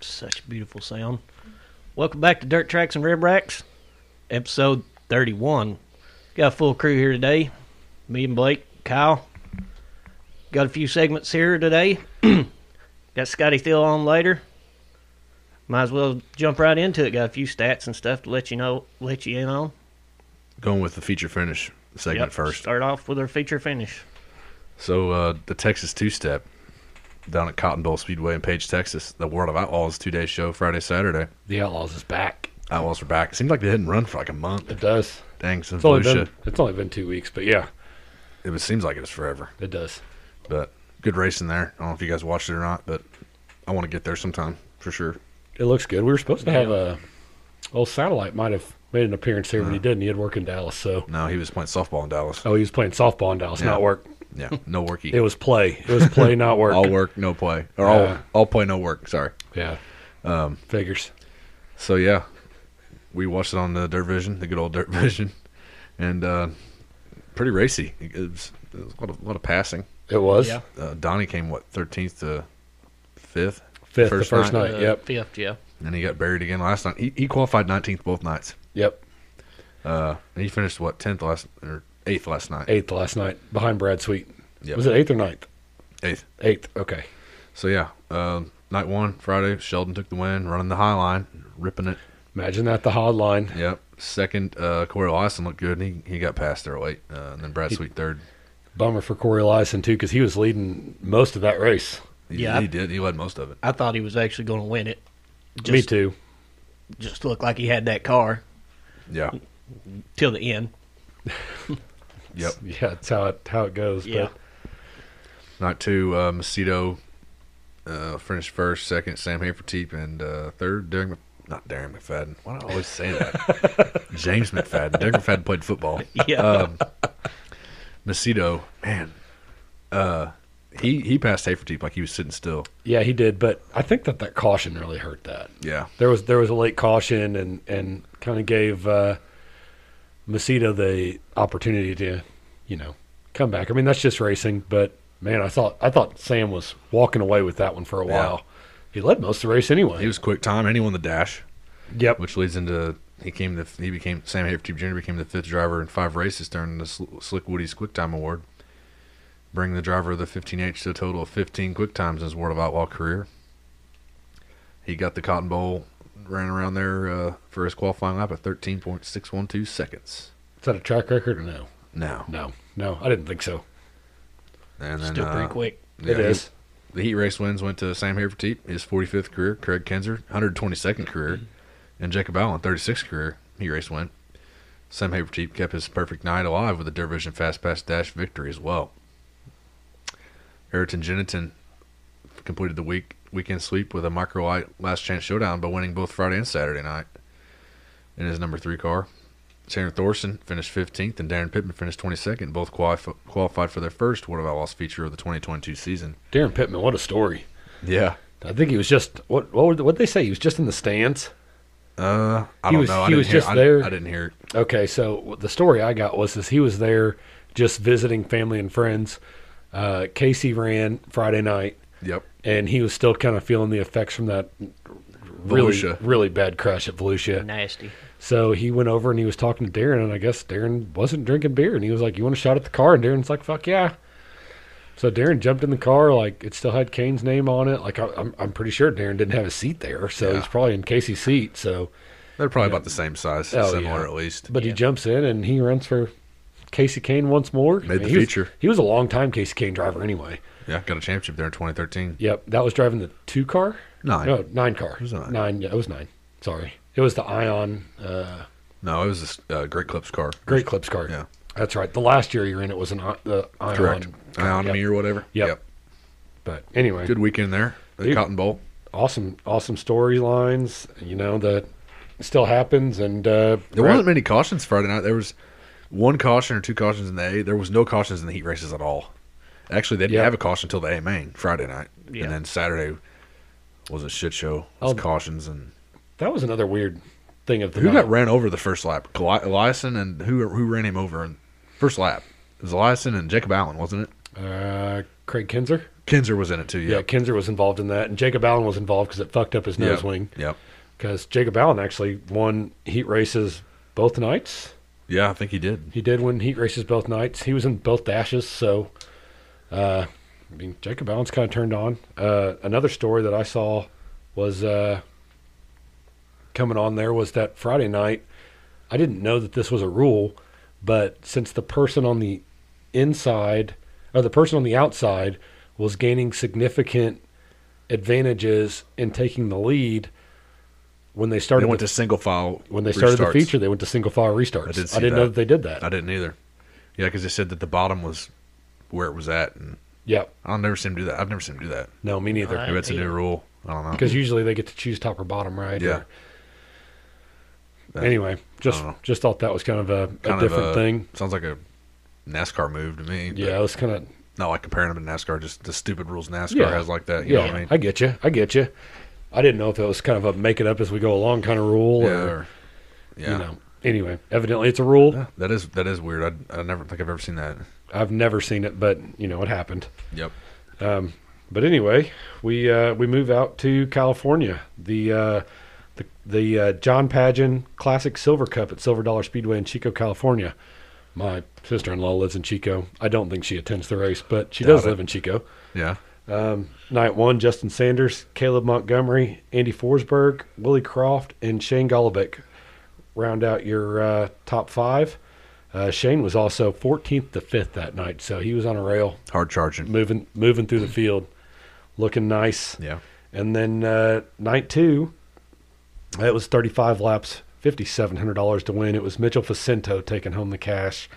such beautiful sound. Welcome back to Dirt Tracks and Rib Racks, episode 31. Got a full crew here today. Me and Blake, Kyle. Got a few segments here today. Got Scotty Thiel on later. Might as well jump right into it. Got a few stats and stuff to let you know, let you in on. Going with the feature finish segment Yep, first. Start off with our feature finish. So uh, the Texas Two Step down at Cotton Bowl Speedway in Page, Texas. The World of Outlaws two day show Friday, Saturday. The Outlaws is back. Outlaws are back. It seems like they didn't run for like a month. It does. Dang, since It's only Lucia. been it's only been two weeks, but yeah, It was, seems like it was forever. it does. But good racing there. I don't know if you guys watched it or not, but I want to get there sometime for sure. It looks good. We were supposed to have a old satellite might have made an appearance here, but he didn't. He had work in Dallas, so No, he was playing softball in Dallas. oh, he was playing softball in Dallas, Yeah. not work. Yeah, no worky. It was play. It was play, not work. all work, no play. Or all, Yeah. all play, no work. Sorry. Yeah. Um, Figures. So yeah, we watched it on the Dirt Vision, the good old Dirt Vision, and uh, pretty racy. It was, it was a, lot of, a lot of passing. It was Yeah. Uh, Donnie came what thirteenth to fifth, fifth the first night. Uh, Yep. Fifth, yeah. and he got buried again last night. He, he qualified nineteenth both nights. Yep. Uh, and he finished what tenth last or eighth last night. Eighth last night behind Brad Sweet. Yep. Was it eighth or ninth? Eighth. Eighth. Okay. So yeah, um, night one Friday, Sheldon took the win, running the high line, ripping it. Imagine that the hard line. Yep. Second, uh, Corey Lawson looked good, and he, he got past there late. Uh, and then Brad Sweet third. Bummer for Corey Lyson too, because he was leading most of that race. He, Yeah. he did. He led most of it. I thought he was actually going to win it. Just, Me too. Just looked like he had that car Yeah. till the end. Yep. Yeah, that's how it how it goes. Yeah. But Night two, uh, Macedo uh, finished first, second, Sam Haferteep, and uh, third, Derek, Mc- not Darren McFadden. Why do I always say that? James McFadden. Derek McFadden played football. Yeah. Uh, Macedo, man, uh, he he passed Haferteep like he was sitting still. Yeah, he did, but I think that that caution really hurt that. Yeah. There was there was a late caution and and kind of gave uh Macedo the opportunity to, you know, come back. I mean, that's just racing, but man, I thought I thought Sam was walking away with that one for a Yeah. while. He led most of the race anyway. He was quick time, and he won the dash, yep. which leads into he came the he became Sam Haferteep Jr. became the fifth driver in five races during the Sl- Slick Woody's Quick Time Award, bringing the driver of the 15H to a total of 15 quick times in his World of Outlaw career. He got the Cotton Bowl, ran around there uh, for his qualifying lap at 13.612 seconds. Is that a track record or no? Now, No. No, I didn't think so. and then, Still pretty uh, quick. yeah, it he- is. The heat race wins went to Sam Haverteep, his 45th career, Craig Kenzer, 122nd career, and Jacob Allen, 36th career heat race win. Sam Haverteep kept his perfect night alive with a Dervision Fast Pass Dash victory as well. Ayrton Jennington completed the week weekend sweep with a micro light last chance showdown by winning both Friday and Saturday night in his number three car. Tanner Thorson finished 15th and Darren Pittman finished 22nd, both qualif- qualified for their first What Have I Lost feature of the 2022 season. Darren Pittman, what a story. Yeah. I think he was just what what would what they say? He was just in the stands. Uh, I He don't was- know. I he didn't was hear, just I, there. I didn't hear it. Okay, so w- the story I got was is he was there just visiting family and friends. Uh, Casey ran Friday night, Yep. and he was still kind of feeling the effects from that really Volusia. really bad crash at Volusia. Nasty. So he went over and he was talking to Darren, and I guess Darren wasn't drinking beer, and he was like, "You want a shot at the car?" And Darren's like, "Fuck yeah." So Darren jumped in the car, like it still had Kane's name on it. Like I, I'm, I'm pretty sure Darren didn't have a seat there, so Yeah. he's probably in Casey's seat. So They're probably about the same size, Oh, similar yeah. at least. But Yeah. he jumps in and he runs for Casey Kane once more. Made the he was- feature. he was a long time Casey Kane driver anyway. yeah, got a championship there in 2013. Yep, that was driving the two car. Nine. No, nine car. was nine. Yeah, it was nine. Sorry, it was the Ion uh, No, it was this uh, Great Clips car. Great Clips car. Yeah. that's right. The last year he ran it was an I- the Ion. Correct. Ion Yep. me or whatever. Yep. But anyway, Good weekend there. The Dude. Cotton Bowl. awesome, awesome storylines. You know that still happens, and uh, There Brad- wasn't many cautions Friday night. There was one caution or two cautions in the A. There was no cautions in the heat races at all. Actually, they didn't Yeah. have a caution until the A main Friday night, Yeah. and then Saturday was a shit show. It was Oh. cautions and that was another weird thing of the Who night. got ran over the first lap? Coli- Eliason and who who ran him over in first lap? It was Eliason and Jacob Allen, wasn't it? Uh, Craig Kinzer. Kinzer was in it too. Yeah, Yep. Kinzer was involved in that, and Jacob Allen was involved because it fucked up his nose Yep. wing. Yep. Because Jacob Allen actually won heat races both nights. Yeah, I think he did. He did win heat races both nights. He was in both dashes, so uh, I mean Jacob Allen's kind of turned on. Uh, another story that I saw was uh, coming on there was that Friday night. I didn't know that this was a rule, but since the person on the inside or the person on the outside was gaining significant advantages in taking the lead when they started They went the- to single file when they started restarts. the feature, they went to single file restarts. I I, did did see not that. know that they did that. I didn't either. Yeah, because they said that the bottom was where it was at, and yeah. I'll never see him do that. I've never seen him do that. No, me neither. I Maybe that's a new either. rule. I don't know. Because usually they get to choose top or bottom, right? Yeah. Or- anyway, just don't know. just thought that was kind of a, Kind a of different a- thing. Sounds like a NASCAR move to me. but Yeah, it was kind of Not like comparing them to NASCAR. Just the stupid rules NASCAR Yeah. has like that. You yeah. know what I mean? get you. I get you. I didn't know if it was kind of a make it up as we go along kind of rule, yeah. or or- yeah. you know. Anyway, evidently it's a rule. Yeah, that is that is weird. I, I never think I've ever seen that. I've never seen it, but you know it happened. Yep. Um, but anyway, we uh, we move out to California. The uh, the, the uh, John Pageant Classic Silver Cup at Silver Dollar Speedway in Chico, California. My sister in law lives in Chico. I don't think she attends the race, but she Doubt does it. live in Chico. Yeah. Um, night one: Justin Sanders, Caleb Montgomery, Andy Forsberg, Willie Croft, and Shane Golubic round out your uh, top five. Uh, Shane was also 14th to 5th that night, so he was on a rail Hard charging. moving moving through the field, looking nice. Yeah. And then uh, night two, it was 35 laps, $5,700 to win. It was Mitchell Facento taking home the cash.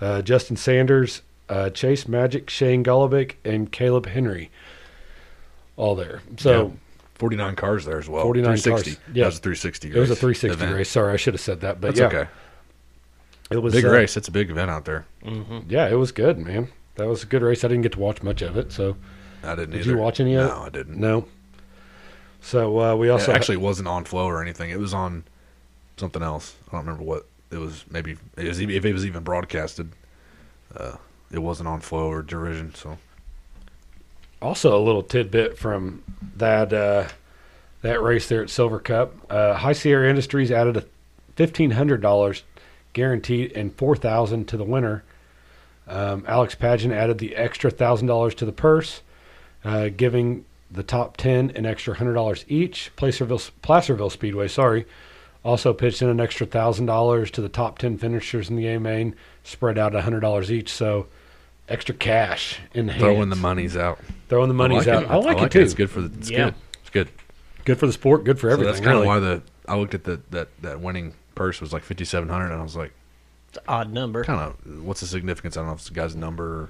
Uh, Justin Sanders, uh, Chase Magic, Shane Golubic, and Caleb Henry, all there. So Yeah. 49 cars there as well. 49 cars. 360. Yeah. That was a 360 it was a race 360 event. race. Sorry, I should have said that, but That's yeah, okay. it was Big uh, race. It's a big event out there. Mm-hmm. Yeah, it was good, man. That was a good race. I didn't get to watch much of it, so I didn't Did either. you watch any of No, I didn't. no. So uh, we It also actually wasn't on flow or anything. It was on something else. I don't remember what it was. Maybe it was, even- if it was even broadcasted, uh, it wasn't on flow or derision. So Also, a little tidbit from that uh, that race there at Silver Cup. Uh, High Sierra Industries added a fifteen hundred dollars guaranteed and four thousand to the winner. Um, Alex Pageant added the extra thousand dollars to the purse, uh, giving the top ten an extra hundred dollars each. Placerville Placerville Speedway, sorry, also pitched in an extra thousand dollars to the top ten finishers in the A main, spread out hundred dollars each. So, extra cash in the throwing hands. the money's out. Throwing the money's I out. like It. I like, it too. It's good for the. It's Yeah. good. It's good. Good for the sport. Good for So everything. that's kind of really. why the I looked at the that that winning purse was like fifty seven hundred, and I was like, It's an odd number. kind of what's the significance? I don't know if it's the guy's number or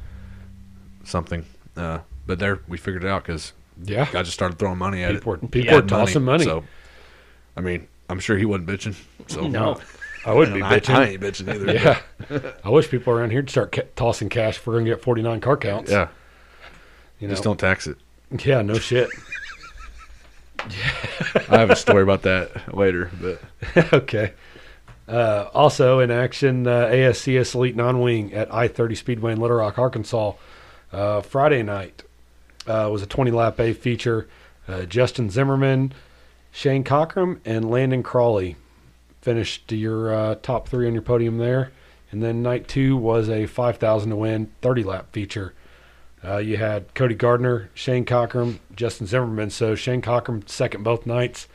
something. Uh, but there we figured it out because yeah. guy just started throwing money at it. People, were, people Yeah, were tossing money. So, I mean, I'm sure he wasn't bitching. So No. I would be I, bitching. I ain't bitching either. but- yeah. I wish people around here would start ca- tossing cash if we're going to get 49 car counts. yeah. You know? Just don't tax it. Yeah, no shit. I have a story about that later, but okay. Uh, also in action, uh, ASCS Elite Non Wing at I 30 Speedway in Little Rock, Arkansas. Uh, Friday night uh, was a 20 lap A feature. Uh, Justin Zimmerman, Shane Cockrum, and Landon Crawley finished your uh, top three on your podium there. And then night two was a 5,000 to win 30 lap feature. Uh, you had Cody Gardner, Shane Cockrum, Justin Zimmerman. So Shane Cockrum second both nights,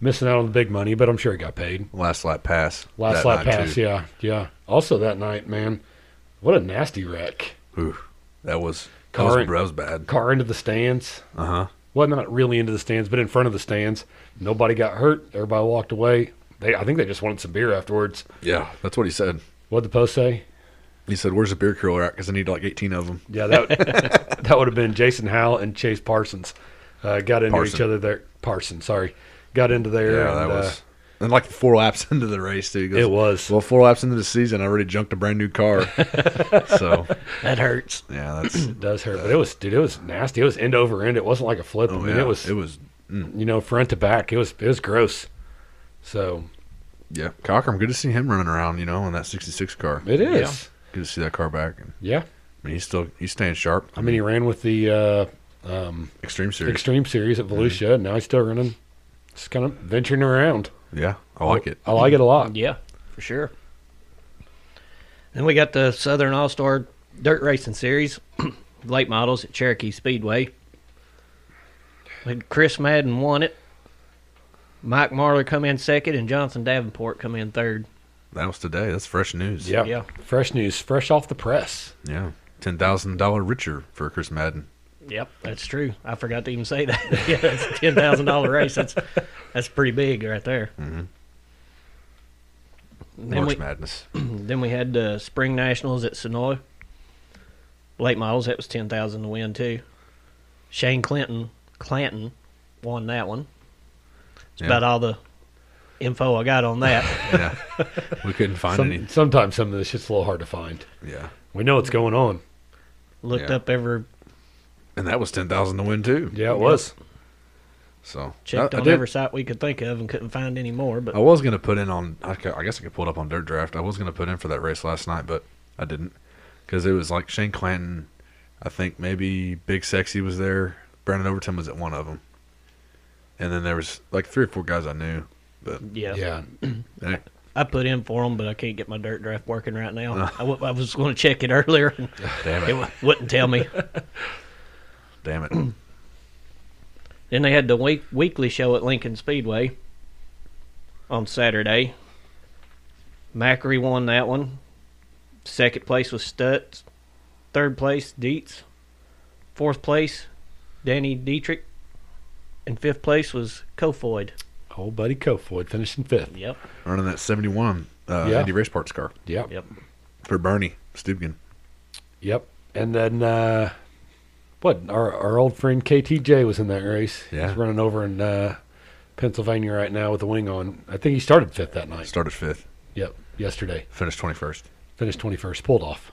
missing out on the big money, but I'm sure he got paid. last lap pass. Last that lap night, pass, too. yeah, yeah. Also that night, man, what a nasty wreck. Ooh, that was that was, Car- that was bad. Car into the stands. Uh huh. Well, not really into the stands, but in front of the stands. Nobody got hurt. Everybody walked away. They, I think they just wanted some beer afterwards. Yeah, that's what he said. What'd the post say? He said, "Where's the beer cooler at? Because I need like 18 of them." Yeah, that that would have been Jason Howell and Chase Parsons. Uh, got into Parson. each other there. Parsons, sorry, got into Yeah, there. that and, uh, was. And like four laps into the race, too. He goes, it was. Well, four laps into the season, I already junked a brand new car. so That hurts. yeah, that's. it does hurt, but it was dude. It was nasty. It was end over end. It wasn't like a flip. I Oh, mean, yeah, it was It was. you know front to back. It was it was gross. So Yeah, Cockrum. Good to see him running around. You know, in that '66 car. it Yeah. is. Good to see that car back. Yeah. I mean, he's still he's staying sharp. I mean, he ran with the uh, um, Extreme series. Extreme Series at Volusia, and now he's still running. Just kind of venturing around. yeah, I like it. I like it a lot. Yeah, for sure. Then we got the Southern All Star Dirt Racing Series, late models at Cherokee Speedway. And Chris Madden won it. Mike Marler come in second, and Jonathan Davenport come in third. That was today. That's fresh news. Yeah. Yeah. Fresh news, fresh off the press. Yeah. Ten thousand dollar richer for Chris Madden. Yep, that's true. I forgot to even say that. yeah, it's a ten thousand dollar race. That's that's pretty big right there. Then Mm-hmm. March we, Madness. then we had uh, spring nationals at Sonoy. Late models, that was ten thousand to win too. Shane Clinton, Clanton, won that one. It's Yeah. about all the info I got on that. yeah. We couldn't find Some- any. sometimes some of this shit's a little hard to find. Yeah. We know what's going on. Looked Yeah. up every, And that was ten thousand to win too. Yeah, it was. So checked I, I on did- Oh, every site we could think of, and couldn't find any more. But I was gonna put in on. I, ca- I guess I could pull it up on Dirt Draft. I was gonna put in for that race last night, but I didn't because it was like Shane Clanton. I think maybe Big Sexy was there. Brandon Overton was at one of them, and then there was like three or four guys I knew. But yeah, Yeah. eh, I put in for them, but I can't get my dirt draft working right now. Uh. I, w- I was going to check it earlier, and damn it it, w- wouldn't tell me. damn it. Then they had the week- weekly show at Lincoln Speedway on Saturday. Macri won that one. Second place was Stutz. Third place, Dietz. Fourth place, Danny Dietrich. And fifth place was Kofoid. Old buddy Kofoid finishing fifth. Yep. Running that seventy-one uh, Yeah. Andy race parts car Yep. Yep. for Bernie Stubkin. Yep. And then uh what our our old friend KTJ was in that race. Yeah. He's running over in uh Pennsylvania right now with the wing on. I think he started fifth that night. Started fifth, Yep. Yesterday. finished twenty-first. Finished twenty first, pulled off.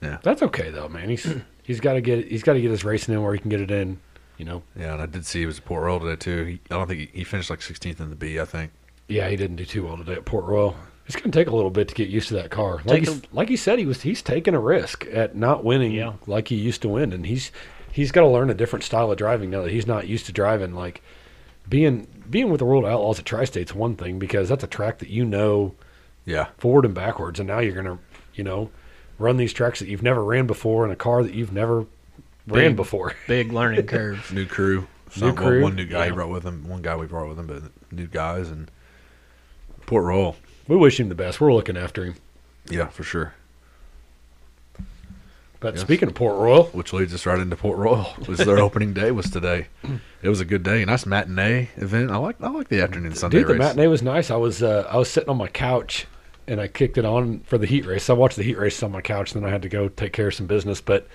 Yeah. That's okay though, man. He's he's gotta get he's gotta get his racing in where he can get it in, you know. Yeah, and I did see he was a poor roll today too. He, I don't think he, he finished like sixteenth in the B. I think. Yeah, he didn't do too well today at Port Royal. It's going to take a little bit to get used to that car. Like, Take he's, like he said, he was he's taking a risk at not winning Yeah. like he used to win, and he's he's got to learn a different style of driving now that he's not used to driving. Like being being with the World Outlaws at Tri-State's one thing because that's a track that you know Yeah. forward and backwards, and now you're going to you know run these tracks that you've never ran before in a car that you've never ran Big before. Big learning curve. new crew. New Some, one- crew, One, new guy he yeah. brought with him. One guy we brought with him, but new guys and Port Royal. We wish him the best. We're looking after him. Yeah, for sure. But Yes. speaking of Port Royal, Which leads us right into Port Royal. Was their opening day was today. It was a good day. Nice matinee event. I like I like the afternoon Sunday Dude, the race. matinee was nice. I was uh, I was sitting on my couch and I kicked it on for the heat race. I watched the heat race on my couch, and then I had to go take care of some business. But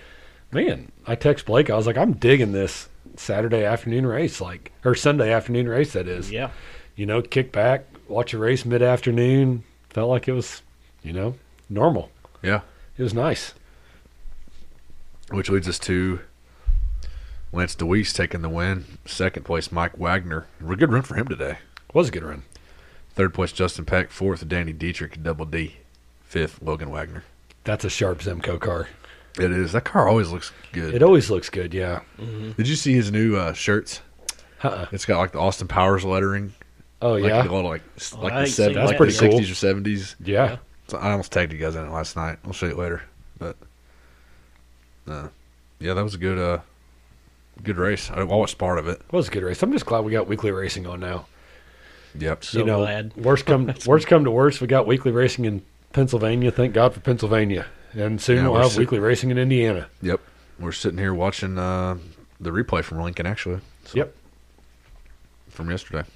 man, I text Blake. I was like, I'm digging this Saturday afternoon race, like or Sunday afternoon race. That is, yeah. You know, kick back, watch a race mid afternoon. Felt like it was, you know, normal. Yeah. It was nice. Which leads us to Lance DeWeese taking the win. Second place, Mike Wagner. A good run for him today. Was a good run. Third place, Justin Peck. Fourth, Danny Dietrich, double D. Fifth, Logan Wagner. That's a sharp Zemco car. It is. That car always looks good. It always looks good. Yeah. Did you see his new uh, shirts? Uh-uh. It's got like the Austin Powers lettering. Oh like yeah. the old, like s- Oh, like I the ain't seven, seen like that the yet. Pretty cool. sixties or seventies. yeah. So I almost tagged you guys in it last night. I'll show you later. But uh, yeah, that was a good uh good race. I I watched part of it. Was a good race. I'm just glad we got weekly racing on now. Yep. So you know, glad. worst come worst come to worst, we got weekly racing in Pennsylvania. Thank God for Pennsylvania, and soon Yeah, we'll we're have sit- weekly racing in Indiana. Yep. We're sitting here watching uh the replay from Lincoln actually. So- Yep. From yesterday.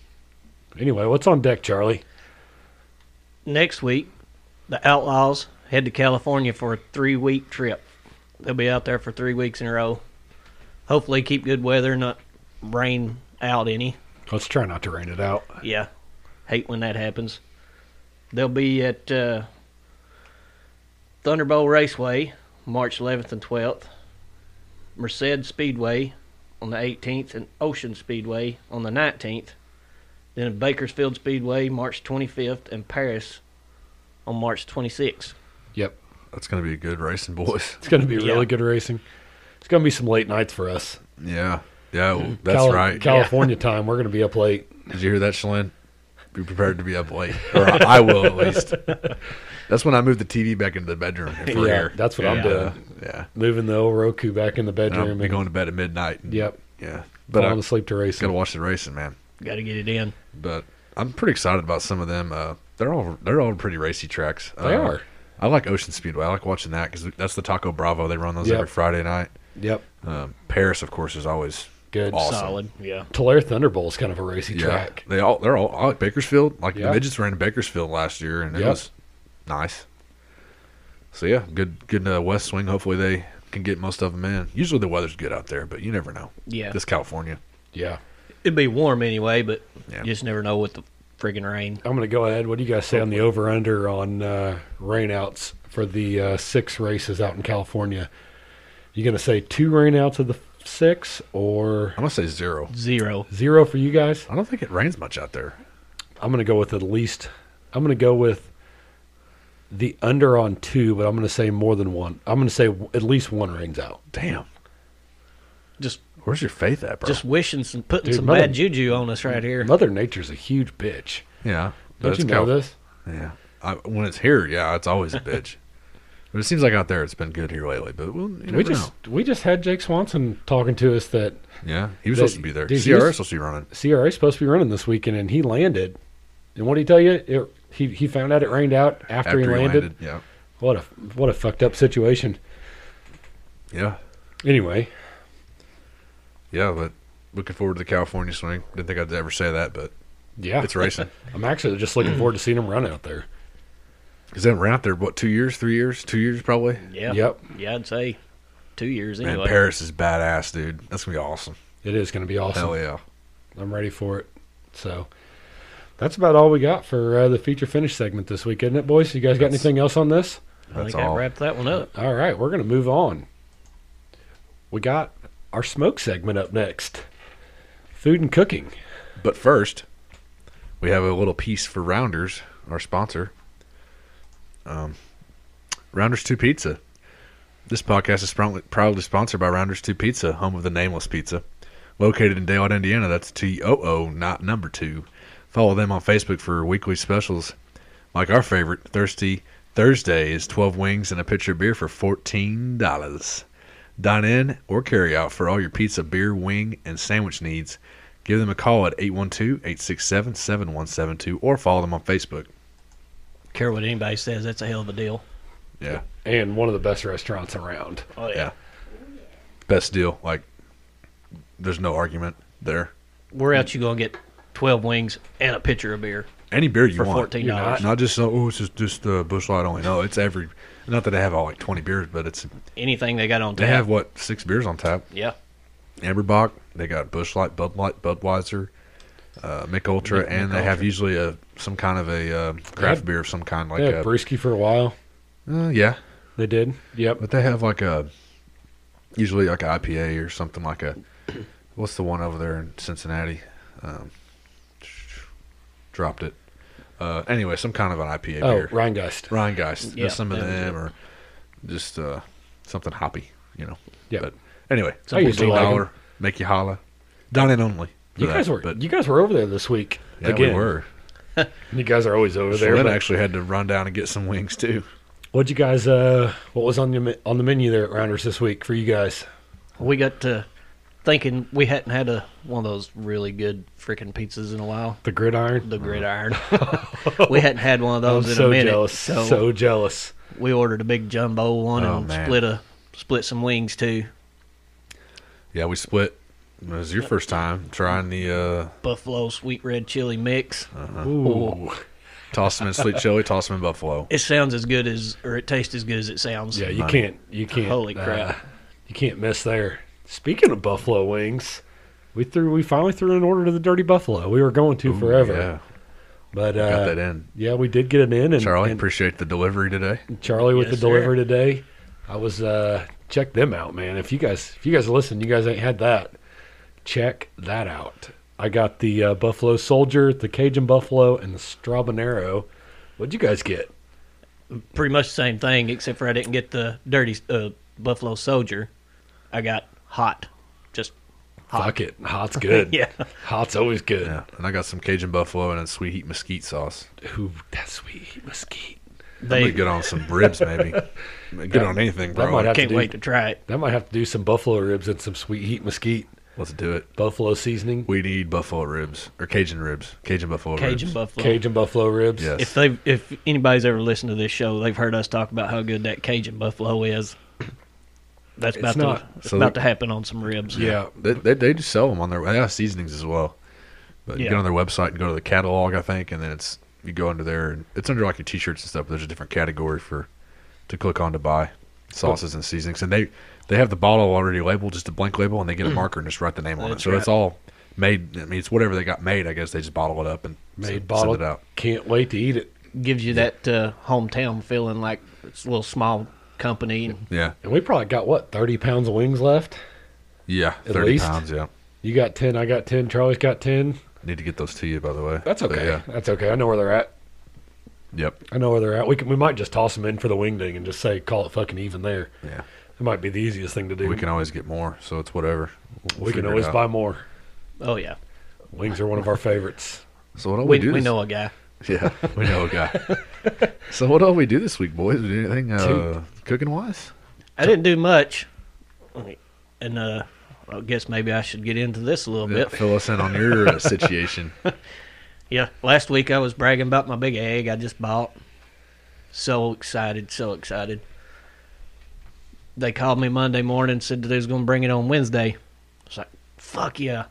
Anyway, what's on deck, Charlie? next week, the Outlaws head to California for a three week trip. They'll be out there for three weeks in a row. Hopefully, keep good weather, not rain out any. Let's try not to rain it out. Yeah, hate when that happens. They'll be at uh, Thunderbolt Raceway March 11th and 12th, Merced Speedway on the 18th, and Ocean Speedway on the 19th. Then at Bakersfield Speedway March 25th, and Paris on March 26th. Yep, That's gonna be a good racing, boys. It's going to be Yeah. really good racing. It's going to be some late nights for us. Yeah, yeah. well, that's Cali- right. California time. We're going to be up late. Did you hear that, Shalyn? Be prepared to be up late, or I I will at least. That's when I move the TV back into the bedroom. If we're Yeah, here. that's what yeah. I'm doing. Yeah, Moving the old Roku back in the and bedroom. I'll be going to bed at midnight. and- Yep. Yeah, but but I falling asleep to gotta racing. watch the racing, man. Got to get it in. But I'm pretty excited about some of them. Uh, they're all they're all pretty racy tracks. They Uh, are. I like Ocean Speedway. I like watching that because that's the Taco Bravo. They run those Yep. every Friday night. Yep. Um, Paris, of course, is always Good. Awesome. Solid. Yeah. Tulare Thunderbolt is kind of a racy yeah. track. They all they're all I like Bakersfield. Like Yeah. the midgets ran in Bakersfield last year, and it Yep. was nice. So yeah, good good uh, West Swing. Hopefully they can get most of them in. Usually the weather's good out there, but you never know. Yeah. This California. Yeah. It'd be warm anyway, but Yeah. you just never know with the friggin' rain. I'm going to go ahead. What do you guys say on the over under on uh, rainouts for the uh, six races out in California? You going to say two rainouts of the six or I'm gonna say zero. Zero. zero for you guys? I don't think it rains much out there. I'm going to go with at least. I'm going to go with the under on two, but I'm going to say more than one. I'm going to say w- at least one rains out. Damn. Just Where's your faith at, bro? just wishing some putting Dude, some mother- bad juju on us right here. Mother Nature's a huge bitch. yeah. Don't it's you know Cal- this? Yeah. I, when it's here, yeah, it's always a bitch. but it seems like out there it's been good here lately. But we'll, you we never just know. we just had Jake Swanson talking to us that Yeah, he was That- supposed to be there. dude, he CRS was- supposed to be running. CRA is supposed to be running this weekend, and he landed. And what did he tell you? It, he he found out it rained out after, he, landed. Yeah. What a what a fucked up situation. Yeah. Anyway, Yeah, but looking forward to the California swing. Didn't think I'd ever say that, but yeah, it's racing. I'm actually just looking forward to seeing him run out there. Because they haven't ran out there, what, two years, three years, two years probably? Yeah. Yep. Yeah, I'd say two years Man, anyway. Paris is badass, dude. That's going to be awesome. It is going to be awesome. Hell yeah. I'm ready for it. So that's about all we got for uh, the feature finish segment this week, isn't it, boys? You guys got That's- anything else on this? I think That's all. I wrapped that one up. All right, we're going to move on. We got our smoke segment up next. Food and cooking. But first, we have a little piece for Rounders, our sponsor. Um, Rounders 2 Pizza. This podcast is proudly, proudly sponsored by Rounders 2 Pizza, home of the Nameless Pizza. Located in Daylight, Indiana, that's T O O, not number two. Follow them on Facebook for weekly specials. Like our favorite, Thirsty Thursday is 12 wings and a pitcher of beer for $14. Dine in or carry out for all your pizza, beer, wing, and sandwich needs. Give them a call at 812-867-7172 or follow them on Facebook. Care what anybody says, that's a hell of a deal. Yeah. And one of the best restaurants around. Oh yeah. Yeah. Best deal. Like there's no argument there. Where else you gonna get twelve wings and a pitcher of beer Any beer you for want. fourteen You're not. dollars? Not just oh it's just just uh, bush light only. No, it's every not that they have all like twenty beers, but it's Anything they got on they tap. have what, six beers on tap. yeah. Amberbach, they got Bush Light, Bud Light, Budweiser, uh, Mick Ultra, Mick- and Mick they have Ultra. usually a some kind of a uh, craft beer of some kind like they had a, brewski for a while. uh, yeah, They did. Yep. But they have like a usually like an IPA or something like a what's the one over there in Cincinnati? Um, dropped it. Uh, anyway, some kind of an IPA Oh, beer. Ryan Gust. Ryan Geist, Yeah, some of that was them or just uh, something hoppy, you know. Yeah. But anyway, I used to fourteen like 'em. dollar make you holla. Dine in only. for You that, guys were but you guys were over there this week. yeah, again. we were. You guys are always over there. Flynn but actually had to run down and get some wings too. What'd you guys? Uh, what was on your me- on the menu there at Rounders this week for you guys? We got to thinking we hadn't had a one of those really good freaking pizzas in a while. The gridiron. The gridiron. we hadn't had one of I'm those in so a minute. jealous. So, so jealous. we ordered a big jumbo one Oh, and man. split a split some wings too. Yeah, we split. It was your first time trying the uh, Buffalo sweet red chili mix. Uh-huh. Ooh. Toss them in sweet chili, toss them in buffalo. It sounds as good as, or it tastes as good as it sounds. Yeah, you Money. can't. You can't. uh, Holy crap. You can't miss there. Speaking of buffalo wings, we threw. We finally threw an order to the Dirty Buffalo. We were going to Ooh, forever, Yeah, but uh, got that in. yeah, we did get it in. And Charlie, and appreciate the delivery today. Charlie with Yes, the delivery today. I was uh check them out, man. If you guys if you guys listen, you guys ain't had that. Check that out. I got the uh, Buffalo Soldier, the Cajun Buffalo, and the Strabanero. What'd you guys get? pretty much the same thing, except for I didn't get the dirty uh, Buffalo Soldier. I got hot, just hot. Fuck it. Hot's good. Yeah, Hot's always good. Yeah, and I got some Cajun buffalo and a sweet heat mesquite sauce. Ooh, that's sweet. Mesquite. I'm they gonna get on some ribs, maybe. Get on anything, that bro. might have- can't do- wait to try it. That might have to do some buffalo ribs and some sweet heat mesquite. Let's do it. Buffalo seasoning. We need buffalo ribs or Cajun ribs, Cajun buffalo Cajun ribs. buffalo. Cajun buffalo ribs. Yes. If they if anybody's ever listened to this show, they've heard us talk about how good that Cajun buffalo is. That's It's about to not- it's so- about to happen on some ribs. Yeah. They, they, they do sell them on their. They have seasonings as well. But you Yeah. get on their website and go to the catalog, I think, and then it's you go under there and it's under like your t-shirts and stuff. But there's a different category for to click on to buy sauces and seasonings, and they they have the bottle already labeled, just a blank label, and they get Mm. a marker and just write the name on it. That's So right. it's all made. I mean, it's whatever they got made. I guess they just bottle it up and Made send, bottle. send it out. Can't wait to eat it. gives you that uh, hometown feeling, like it's a little small company. And Yeah, And we probably got what, thirty pounds of wings left? yeah, At thirty least. pounds. Yeah, You got ten, I got ten, Charlie's got ten. need to get those to you by the way. That's But okay. yeah, That's okay. I know where they're at. yep. I know where they're at. We can, we might just toss them in for the wing ding and just say call it fucking even there. Yeah, It might be the easiest thing to do. we can always get more, so it's whatever. We'll we figure can it always out. buy more. oh yeah, Wings are one of our favorites. So what do we, we, do? we, this- know a guy. Yeah, we know a guy. so what all we do this week, boys? We do anything uh, cooking wise? I didn't do much, and uh, I guess maybe I should get into this a little Yeah, bit. Fill us in on your uh, situation. Yeah, last week I was bragging about my big egg I just bought. So excited, so excited. They called me Monday morning and said that they was going to bring it on Wednesday. I was like, fuck yeah.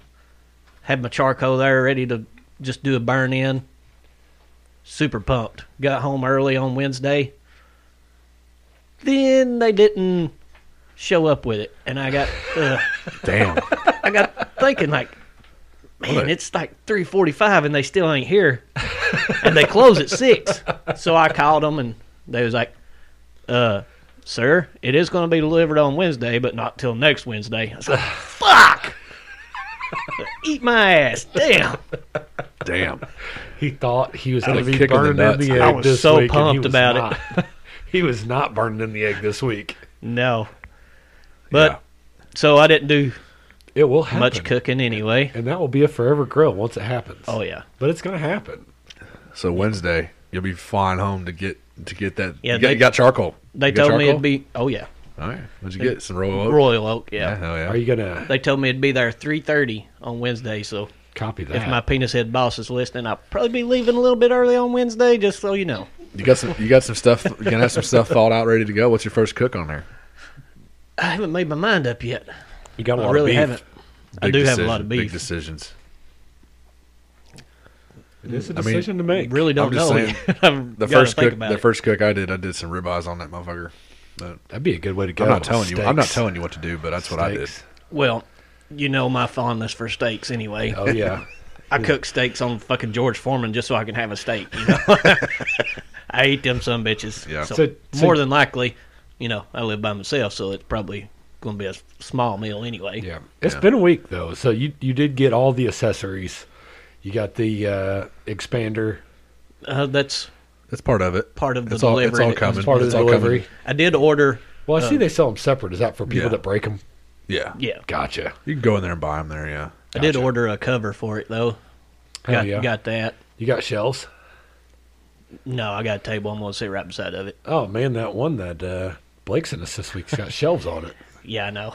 Had my charcoal there ready to just do a burn in. Super pumped. Got home early on Wednesday. Then they didn't show up with it. And I got. Uh, Damn. I got thinking like, What man, a- it's like three forty-five and they still ain't here, and they close at six. So I called them and they was like, "Uh, sir, it is going to be delivered on Wednesday, but not till next Wednesday." I was like, "Fuck, eat my ass, damn!" Damn. He thought he was going like to be kicking the burning nuts. in the egg. I was this so week, and he pumped was about it. not. he was not burning in the egg this week. No, but so I didn't do It will happen. much cooking anyway. and that will be a forever grill once it happens. Oh yeah, but it's going to happen. Yeah. So Wednesday, you'll be flying home to get to get that. Yeah, you, got, they- you got charcoal. they You got told me charcoal? it'd be. Oh yeah, All right. What'd you get? Some royal oak. Royal Oak. Yeah. Yeah. Hell yeah. Are you going to They told me it'd be there three thirty on Wednesday, so copy that? If my penis head boss is listening, I'll probably be leaving a little bit early on Wednesday, just so you know. You got some. You got some stuff. You gonna have some stuff thawed out, ready to go. What's your first cook on there? I haven't made my mind up yet. you got a lot I really of beef. haven't. I Big do have a decision- lot of Big beef. decisions. It is a mean, decision to make. Really I'm don't just know. saying, yet. I've The gotta first think cook. about The it. first cook I did, I did some ribeyes on that motherfucker. But That'd be a good way to go. I'm not telling you. I'm not Steaks. telling you what to do, but that's what I did. Steaks. Well, you know my fondness for steaks anyway. Oh yeah. I cook steaks on fucking George Foreman just so I can have a steak. You know, I eat them some bitches. Yeah. So, So- so- more than likely, you know, I live by myself, so it's probably going to be a s- small meal anyway. Yeah. it's Yeah. been a week though, so you you did get all the accessories. You got the uh, expander Uh, that's That's part of it. part of the it's all, it's delivery. all that- coming. as part of It's the all coming. delivery. I did order. Well, I Uh, see they sell them separate. Is that for people yeah. that break them? Yeah. Yeah. Gotcha. You can go in there and buy them there. Yeah. I did Gotcha. order a cover for it though. Hell Got, Oh, yeah. got that. You got shelves. No, I got a table. I'm gonna sit right beside of it. Oh man, that one that uh, Blake sent us this week's got shelves on it. Yeah, I know.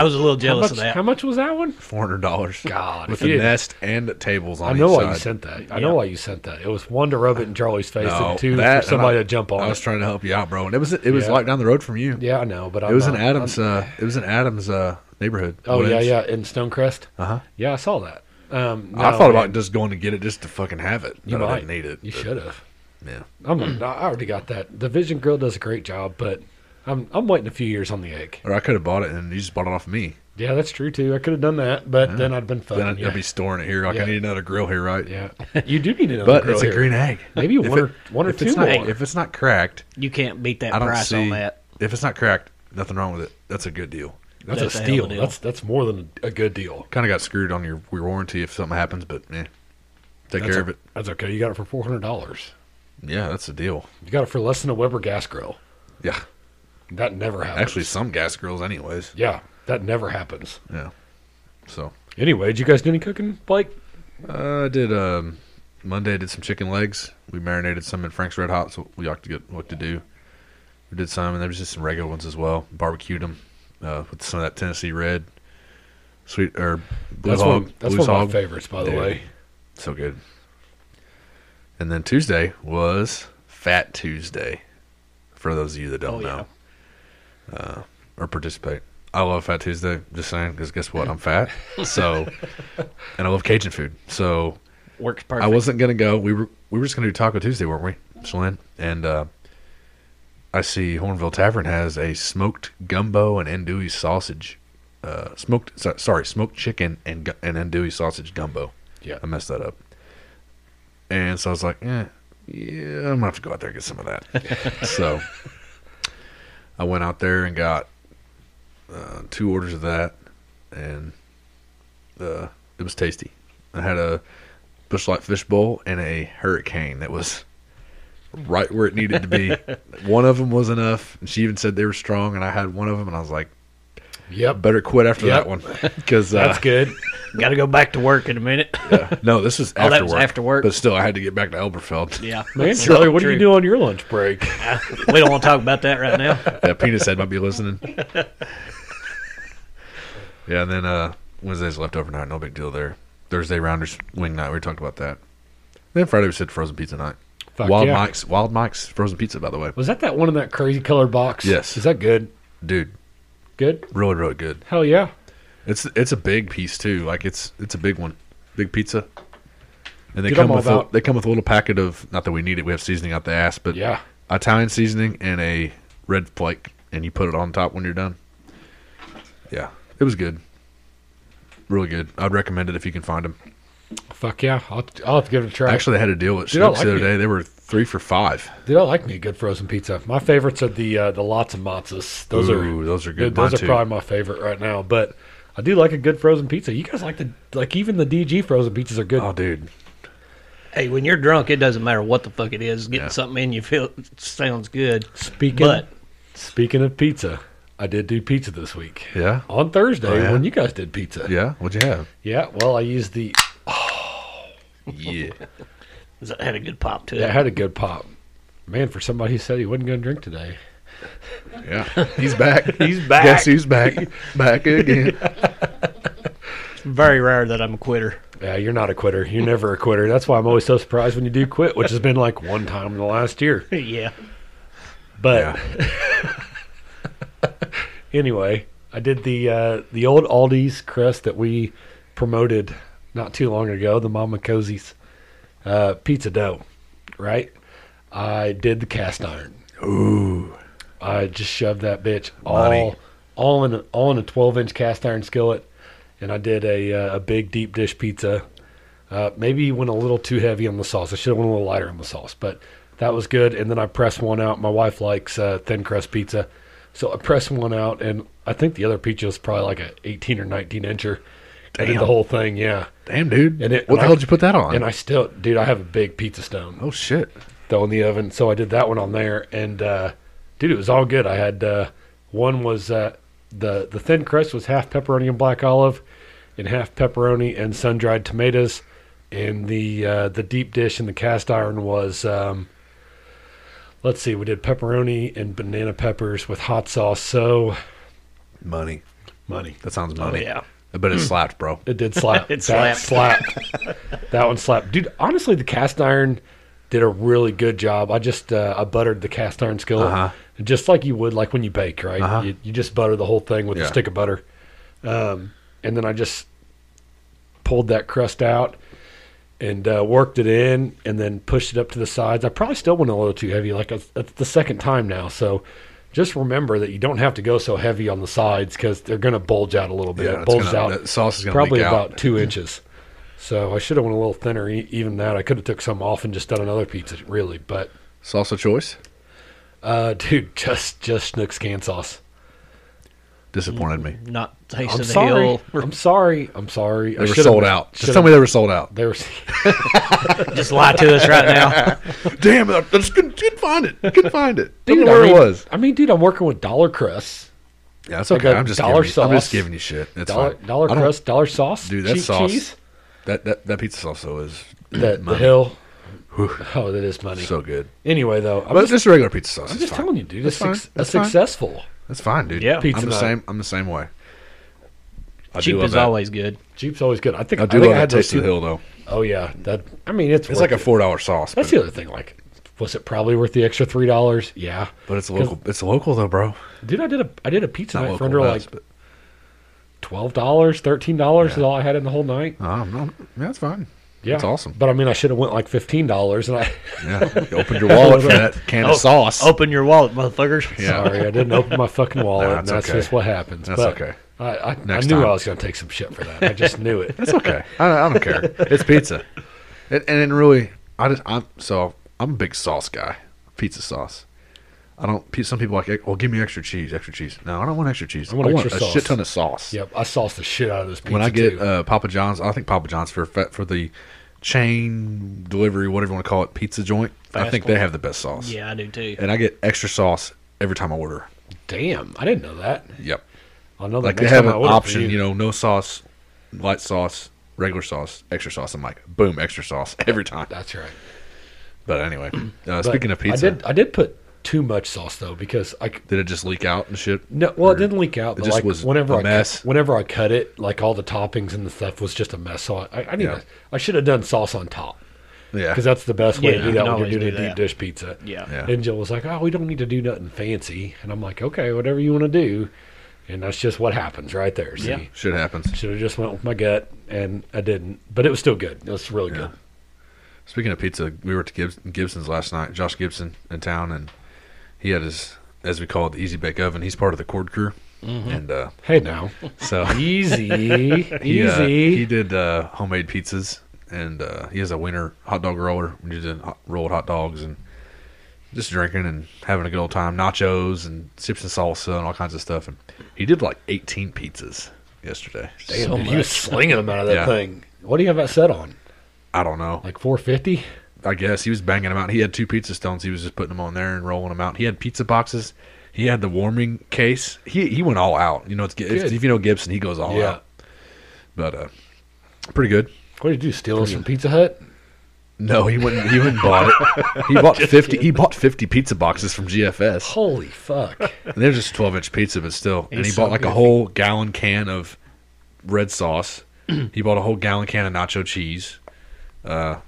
I was a little How jealous much, of that. how much was that one? four hundred dollars. God, With if you a didn't- nest and tables on I know each why side. you sent that. I Yeah. know why you sent that. It was one to rub it in Charlie's face, No, and two that- for somebody and I- to jump I on. was trying to help you out, bro, and it was it was Yeah. like down the road from you. it. Yeah, I know, but It I'm was not, in Adams. Uh, it was in Adams uh, neighborhood. I'm- oh yeah, Woodlands. yeah, in Stonecrest. Uh huh. Yeah, I saw that. Um, I no, thought man, about just going to get it just to fucking have it. you but might I didn't need it. You but, should have. Yeah. I'm. I already got that. The Vision Grill does a great job, but I'm I'm waiting a few years on the egg. Or I could have bought it and you just bought it off me. Yeah, that's true too. I could have done that, but then I'd been Then fucking. I'd, I'd be storing it here. Like Yeah. I need another grill here, right? yeah. yeah, you do need another But grill it's here. a green egg. Maybe one or one or If it's two more. not if it's not cracked, you can't beat that I don't price see on that. if it's not cracked, nothing wrong with it. That's a good deal. that's, that's a a hell of a steal. deal. That's that's more than a good deal. Kind of got screwed on your, your warranty if something happens, but eh, take That's care o- of it. That's okay. You got it for four hundred dollars. Yeah, that's the deal. You got it for less than a Weber gas grill. Yeah. That never happens. Actually, some gas grills, anyways. yeah, that never happens. So Anyway, did you guys do any cooking, Blake? uh, I did um, Monday. I did some chicken legs. We marinated some in Frank's Red Hot, so we ought to get what to do. We did some, and there was just some regular ones as well. Barbecued them uh, with some of that Tennessee Red, sweet or blue that's hog. one. That's Blue's one of Hog. my favorites, by the Dude. way. So good. And then Tuesday was Fat Tuesday, for those of you that don't Oh, know uh, or participate. I love Fat Tuesday. Just saying, because guess what? I'm fat. So, and I love Cajun food. So Works perfect. I wasn't gonna go. We were we were just gonna do Taco Tuesday, weren't we, Shalyn? And uh, I see Hornville Tavern has a smoked gumbo and andouille sausage, uh, smoked so- sorry smoked chicken and gu- and andouille sausage gumbo. Yeah. I messed that up. And so I was like, eh, yeah, I'm gonna have to go out there and get some of that. so I went out there and got uh, two orders of that, and uh, it was tasty. I had a bushlight fish bowl and a hurricane that was right where it needed to be. one of them was enough, and she even said they were strong. And I had one of them, and I was like, Yep, better quit after Yep. that one uh, because that's good. Got to go back to work in a minute. no, this was Oh, after that was work. after work. but still, I had to get back to Elberfeld. yeah, Man, So Charlie, what do you true. do on your lunch break? We don't want to talk about that right now. that penis head might be listening. yeah, and then uh, Wednesday's leftover night, no big deal there. Thursday rounders wing night, we talked about that. Then Friday we said frozen pizza night. Fuck Wild yeah. Mike's, Wild Mike's frozen pizza, by the way, Was that that one in that crazy colored box? Yes. Is that good? dude, Good. really, really good. Hell yeah. It's it's a big piece too, like it's it's a big one, big pizza. And they Dude, I'm come all with a, about- they come with a little packet of not that we need it, we have seasoning out the ass, but Yeah. Italian seasoning and a red flake, and you put it on top when you're done. Yeah, it was good. Really good. I'd recommend it if you can find them. Fuck yeah. I'll, I'll have to give it a try. Actually, they had a deal with Dude, I Schnucks the like other it. day. They were three for five. Dude, I like me a good frozen pizza. My favorites are the uh, the lots and matzas. Those Ooh, are those are good. dude, those Mine are too. probably my favorite right now. But I do like a good frozen pizza. You guys like the like even the DG frozen pizzas are good. Oh, dude. Hey, when you're drunk, it doesn't matter what the fuck it is. Getting Yeah. something in you feel sounds good. speaking But speaking of pizza, I did do pizza this week Yeah. on Thursday Oh, yeah? when you guys did pizza. Yeah. What'd you have? Yeah, well, I used the Yeah. it had a good pop to it. that had a good pop. Man, for somebody who said he wasn't going to drink today, yeah. He's back. He's back. Guess who's back? Back again. It's very rare that I'm a quitter. yeah, you're not a quitter. You're never a quitter. That's why I'm always so surprised when you do quit, which has been like one time in the last year. yeah. But Yeah. anyway, I did the uh, the old Aldi's crust that we promoted not too long ago, the Mama Cozy's uh, pizza dough, right? I did the cast iron. Ooh. I just shoved that bitch Money. all all in a, all in a twelve inch cast iron skillet, and I did a uh, a big deep dish pizza. Uh, maybe went a little too heavy on the sauce. I should have went a little lighter on the sauce, but that was good. And then I pressed one out. My wife likes uh, thin crust pizza, so I pressed one out, and I think the other pizza was probably like a eighteen or nineteen incher. I did Damn. the whole thing, yeah. Damn, dude. And it- what and the I- hell did you put that on? And I still, dude, I have a big pizza stone oh, shit. though in the oven. So I did that one on there, and uh, dude, it was all good. I had uh, one was uh, the the thin crust was half pepperoni and black olive, and half pepperoni and sun dried tomatoes, and the uh, the deep dish in the cast iron was. Um, Let's see. We did pepperoni and banana peppers with hot sauce. So Money. money. That sounds Oh, money. yeah. I bet it slapped, bro. It did slap. It That slapped. that one slapped. Dude, honestly, the cast iron did a really good job. I just uh, I buttered the cast iron skillet Uh-huh. just like you would like when you bake, right? Uh-huh. You, you just butter the whole thing with Yeah. a stick of butter, um, and then I just pulled that crust out and uh, worked it in, and then pushed it up to the sides. I probably still went a little too heavy. Like that's that's the second time now, so. Just remember that you don't have to go so heavy on the sides because they're going to bulge out a little bit. it it's bulges gonna- out that sauce is going to probably leak about out. two inches. So I should have went a little thinner. e- Even that, I could have took some off and just done another pizza, really. But Salsa choice? uh, dude, just just Schnook can sauce. Disappointed me. Not Taste I'm of the sorry. Hill. I'm sorry. I'm sorry. They were sold out. Just tell me they were sold out. They were. Just lie to us right now. Damn it! I just couldn't, couldn't find it. Couldn't find it. Don't Dude, know where I mean, it was. I mean, dude, I'm working with Dollar Crust. Yeah, that's Like okay. a I'm just dollar giving you, I'm sauce. just giving you shit. That's Dollar, fine. dollar I don't- Crust, Dollar Sauce. Dude, that cheap sauce- cheese. That, that that pizza sauce though is The, the money. hill. Oh, that is money. so good. anyway, though, I'm but just, just regular pizza sauce. I'm is just fine. telling you, dude, That's that's, fine. suc- That's that's fine. successful. That's fine, dude. Yeah. Pizza I'm the nut. same. I'm the same way. I do Cheap love is that. always good. Jeep's always good. I think I do think love I that had those taste of the two- hill though. Oh yeah, that. I mean, it's It's like a four. four dollar sauce. That's but, the other thing. Like, was it probably worth the extra three dollars? Yeah, but it's local. It's local though, bro. dude. I did a I did a pizza Not night local for under to us, like but- twelve dollars, thirteen dollars is all I had in the whole night. I don't know. oh, Yeah, that's fine. Yeah, that's awesome. But I mean, I should have went like fifteen dollars, and I. Yeah, you opened your wallet for that can Oh, of sauce. Open your wallet, motherfuckers. Yeah. Sorry, I didn't open my fucking wallet. No, and that's that's okay. just what happens. That's But okay. I, I, I Next knew time. I was going to take some shit for that. I just knew it. It's okay. I, I don't care. It's pizza, and, and it really, I just I'm so I'm a big sauce guy. Pizza sauce. I don't. pe- Some people are like, well, give me extra cheese, extra cheese. No, I don't want extra cheese. I I want, want a extra sauce. shit ton of sauce. Yep, I sauced the shit out of this pizza. When I get too. uh, Papa John's, I think Papa John's for fa- for the chain delivery, whatever you want to call it, pizza joint. I Fast think they food. have the best sauce. Yeah, I do too. And I get extra sauce every time I order. damn, I didn't know that. Yep. I know that like they next have time an I order for option, you. know, no sauce, light sauce, regular sauce, extra sauce. I'm like, boom, extra sauce every time. That's right. But anyway, uh, But speaking of I pizza, did did, I did put too much sauce though because I c- it just leak out and shit? no well Or- it didn't leak out. It But just like was whenever a I cu- mess. whenever I cut it, like all the toppings and the stuff was just a mess. So I, I, I need Yeah. to, I should have done sauce on top. Yeah, because that's the best way Yeah, to do you that can when you're always doing do a deep that. dish pizza. Yeah. Yeah. And Jill was like, "Oh, we don't need to do nothing fancy," and I'm like, "Okay, whatever you want to do," and that's just what happens right there. See, Yeah. shit happens. should have just went with my gut, and I didn't, but it was still good. It was really good. Speaking of pizza, we were at Gibbs- Gibson's last night. Josh Gibson in town, and he had his, as we call it, the Easy Bake Oven. He's part of the Cord Crew, Mm-hmm. and uh, Hey, now, so easy, he, uh, easy. he did uh, homemade pizzas, and uh, he has a winter hot dog roller. We did in hot, rolled hot dogs and just drinking and having a good old time. Nachos and chips and salsa and all kinds of stuff. And he did like 18 pizzas yesterday. Damn, so dude, Oh, he was much. slinging them out of that Yeah. thing. What do you have that set on? I don't know. Like 450? I guess he was banging them out. He had two pizza stones. He was just putting them on there and rolling them out. He had pizza boxes. He had the warming case. He he went all out. You know, it's if, Good. if you know Gibson, he goes all Yeah. out. But uh, pretty good. What did you do? Steal us from Pizza Hut? No, he wouldn't. He wouldn't bought it. He bought fifty. He bought fifty pizza boxes from GFS. Holy fuck! And they're just twelve inch pizza, but still. and he He's bought so like a goofy. whole gallon can of red sauce. he bought a whole gallon can of nacho cheese. Uh,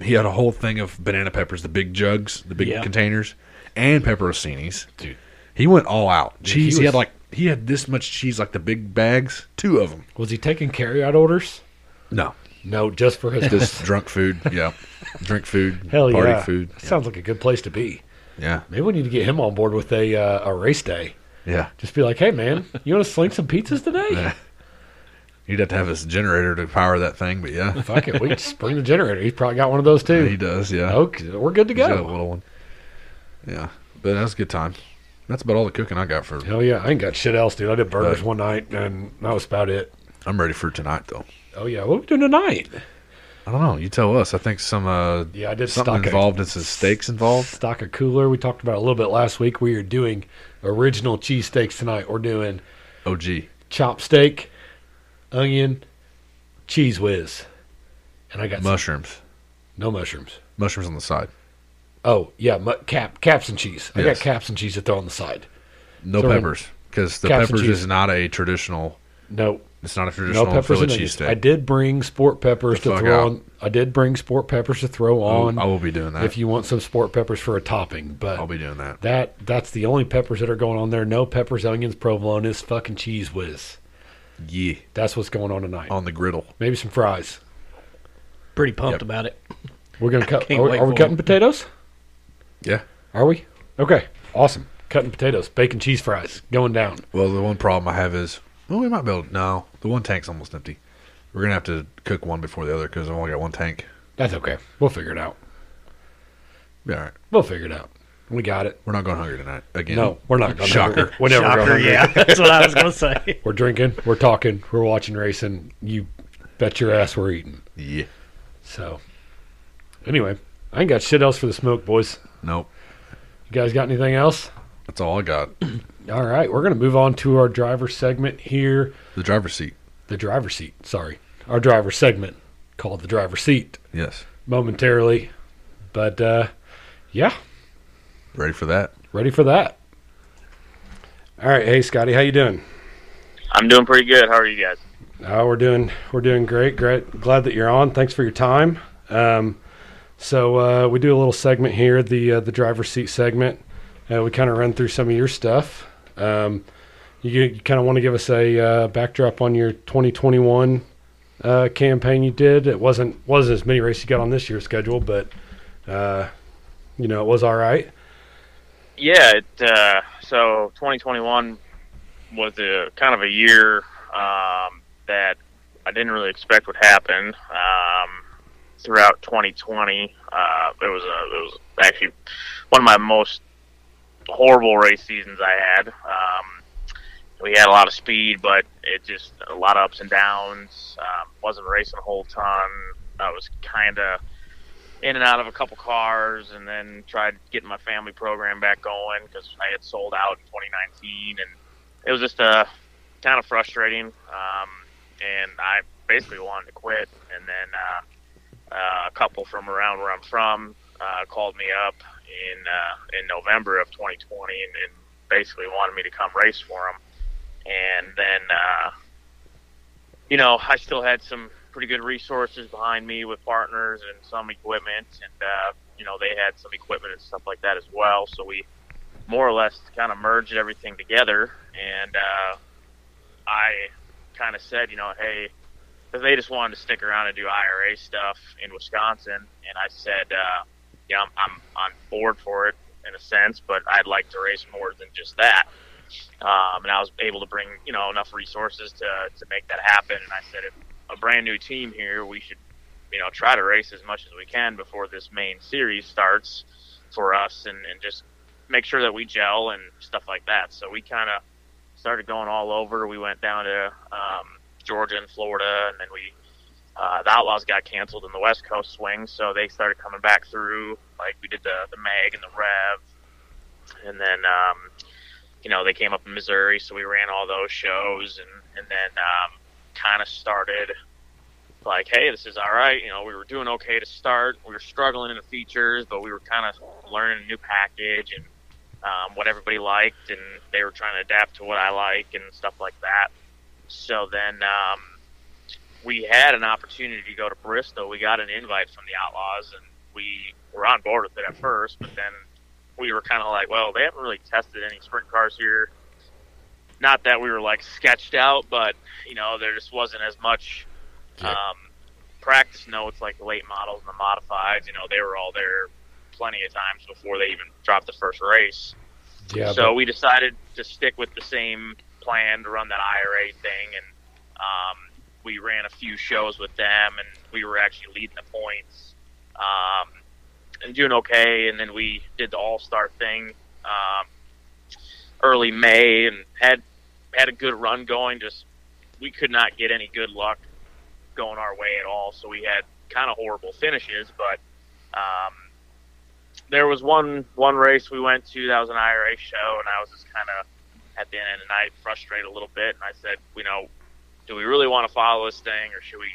he had a whole thing of banana peppers, the big jugs, the big Yeah. containers, and pepperoncinis. Dude. he went all out. he cheese. He, had was- like he had this much cheese, like the big bags, two of them. Was he taking carryout orders? No, No, just for his just drunk food. Yeah, drink food. Hell party yeah. food. That Sounds like a good place to be. Yeah, Maybe we need to get him on board with a uh, a race day. yeah. Just be like, hey man, you want to sling some pizzas today? He'd have to have his generator to power that thing, but yeah, Fuck it, we can just bring the generator. He's probably got one of those he too. does. Yeah, Okay, we're good to He's got a go. little one. Yeah, but that was a good time. That's about all the cooking I got for. Hell yeah, I ain't got shit else, dude. I did burgers Right. one night, and that was about it. I'm ready for tonight though. Oh yeah, what are we doing tonight? I don't know. You tell us. I think some uh Yeah, I did something stock a- involved. It's some steaks involved. Stock a cooler. We talked about it a little bit last week. We are doing original cheesesteaks tonight. We're doing Oh gee, chop steak, onion, cheese whiz, and I got some- mushrooms. no mushrooms. Mushrooms on the side. Oh yeah, mu- cap caps and cheese. I Yes. got caps and cheese to throw on the side. No So we're gonna- peppers because the Caps and peppers cheese. is not a traditional. No, It's not a no traditional peppers Philly and onions. I cheesesteak. did bring sport peppers The to fuck throw out. on. I did bring sport peppers to throw I will- on. I will be doing that. if you want some sport peppers for a topping, but I'll be doing that. that that's the only peppers that are going on there. No peppers, onions, provolone. It's fucking cheese whiz. Yeah, That's what's going on tonight. on the griddle. Maybe some fries. Pretty pumped Yep. about it. We're gonna cut. can't Are, we- wait are we for cutting it. potatoes? Yeah. Are we? Okay, awesome. Cutting potatoes, bacon cheese fries, going down. Well, the one problem I have is, well, we might be able. No, the one tank's almost empty. We're gonna have to cook one before the other because I've only got one tank. That's okay. We'll figure it out. Be all right. We'll figure it out. We got it. We're not going hungry tonight again. No, we're not. Gonna Shocker. We're never going Shocker, hungry. yeah. That's what I was going to say. We're drinking. We're talking. We're watching racing. You bet your ass we're eating. Yeah. So, anyway, I ain't got shit else for the smoke, boys. Nope. You guys got anything else? That's all I got. All right, we're gonna move on to our driver segment here. The driver's seat. The driver seat. Sorry, our driver segment called the driver seat Yes. momentarily, but uh, yeah, Ready for that? ready for that. All right, hey Scotty, how you doing? I'm doing pretty good. How are you guys? Oh, we're doing we're doing great. Great, glad that you're on. Thanks for your time. Um, so uh, we do a little segment here, the uh, the driver's seat segment. Uh, we kind of run through some of your stuff. Um, you, you kind of want to give us a uh, backdrop on your 2021 uh, campaign you did. It wasn't wasn't as many races you got on this year's schedule, but uh, you know it was all right. Yeah, it, uh, so 2021 was a kind of a year um, that I didn't really expect would happen. Um, throughout 2020, uh, it was a, it was actually one of my most horrible race seasons I had. Um, we had a lot of speed, but it just a lot of ups and downs. Um, wasn't racing a whole ton. I was kind of in and out of a couple cars and then tried getting my family program back going because I had sold out in 2019 and it was just uh, kind of frustrating. Um, and I basically wanted to quit. And then uh, uh, a couple from around where I'm from uh, called me up in uh, in November of 2020 and, and basically wanted me to come race for them. And then uh, you know, I still had some pretty good resources behind me with partners and some equipment, and uh, you know, they had some equipment and stuff like that as well. So we more or less kind of merged everything together, and uh, I kind of said, you know, hey, because they just wanted to stick around and do IRA stuff in Wisconsin, and I said, uh, you know, I'm, I'm on board for it in a sense, but I'd like to race more than just that um, and I was able to bring you know enough resources to to make that happen. And I said, if a brand new team here, we should you know try to race as much as we can before this main series starts for us, and and just make sure that we gel and stuff like that. So we kind of started going all over. We went down to um, Georgia and Florida, and then we. Uh, the Outlaws got canceled in the West Coast swing, so they started coming back through. Like we did the the Mag and the Rev, and then um, you know, they came up in Missouri, so we ran all those shows and, and then um, kind of started like, hey, this is all right. You know, we were doing okay to start. We were struggling in the features, but we were kind of learning a new package and um, what everybody liked, and they were trying to adapt to what I like and stuff like that. So then um, we had an opportunity to go to Bristol. We got an invite from the Outlaws, and we were on board with it at first, but then we were kind of like, well, they haven't really tested any sprint cars here. Not that we were like sketched out, but you know, there just wasn't as much Yeah. um, practice notes like the late models and the modifieds. You know, they were all there plenty of times before they even dropped the first race. Yeah, so we decided to stick with the same plan to run that IRA thing, and um, we ran a few shows with them, and we were actually leading the points um, and doing okay. And then we did the All Star thing um, early May, and had had a good run going. Just we could not get any good luck going our way at all, so we had kind of horrible finishes, but. Um, there was one one race we went to that was an IRA show, and I was just kind of at the end of the night frustrated a little bit, and I said, you know, do we really want to follow this thing, or should we?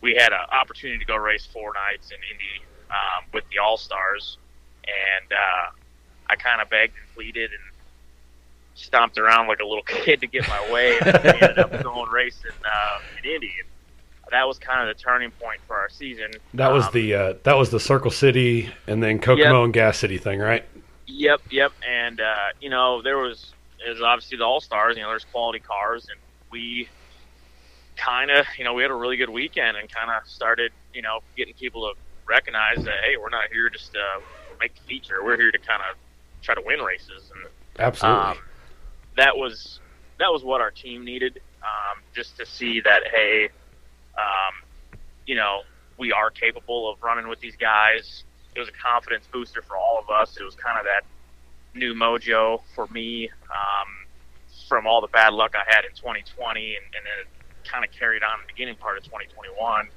We had an opportunity to go race four nights in Indy um, with the All Stars, and uh, I kind of begged and pleaded and stomped around like a little kid to get my way, and we ended up going racing uh, in Indy. And that was kind of the turning point for our season. that was Um, the uh, that was the Circle City and then Kokomo and Gas City thing, right? Yep, yep. And uh, you know, there was there's obviously the All Stars. You know, there's quality cars, and we kind of, you know, we had a really good weekend and kind of started, you know, getting people to recognize that hey, we're not here just to make the feature. We're here to kind of try to win races and Absolutely. Um, that was that was what our team needed, um, just to see that hey, um, you know, we are capable of running with these guys. It was a confidence booster for all of us. It was kind of that new mojo for me um, from all the bad luck I had in 2020, and, and it kind of carried on in the beginning part of 2021.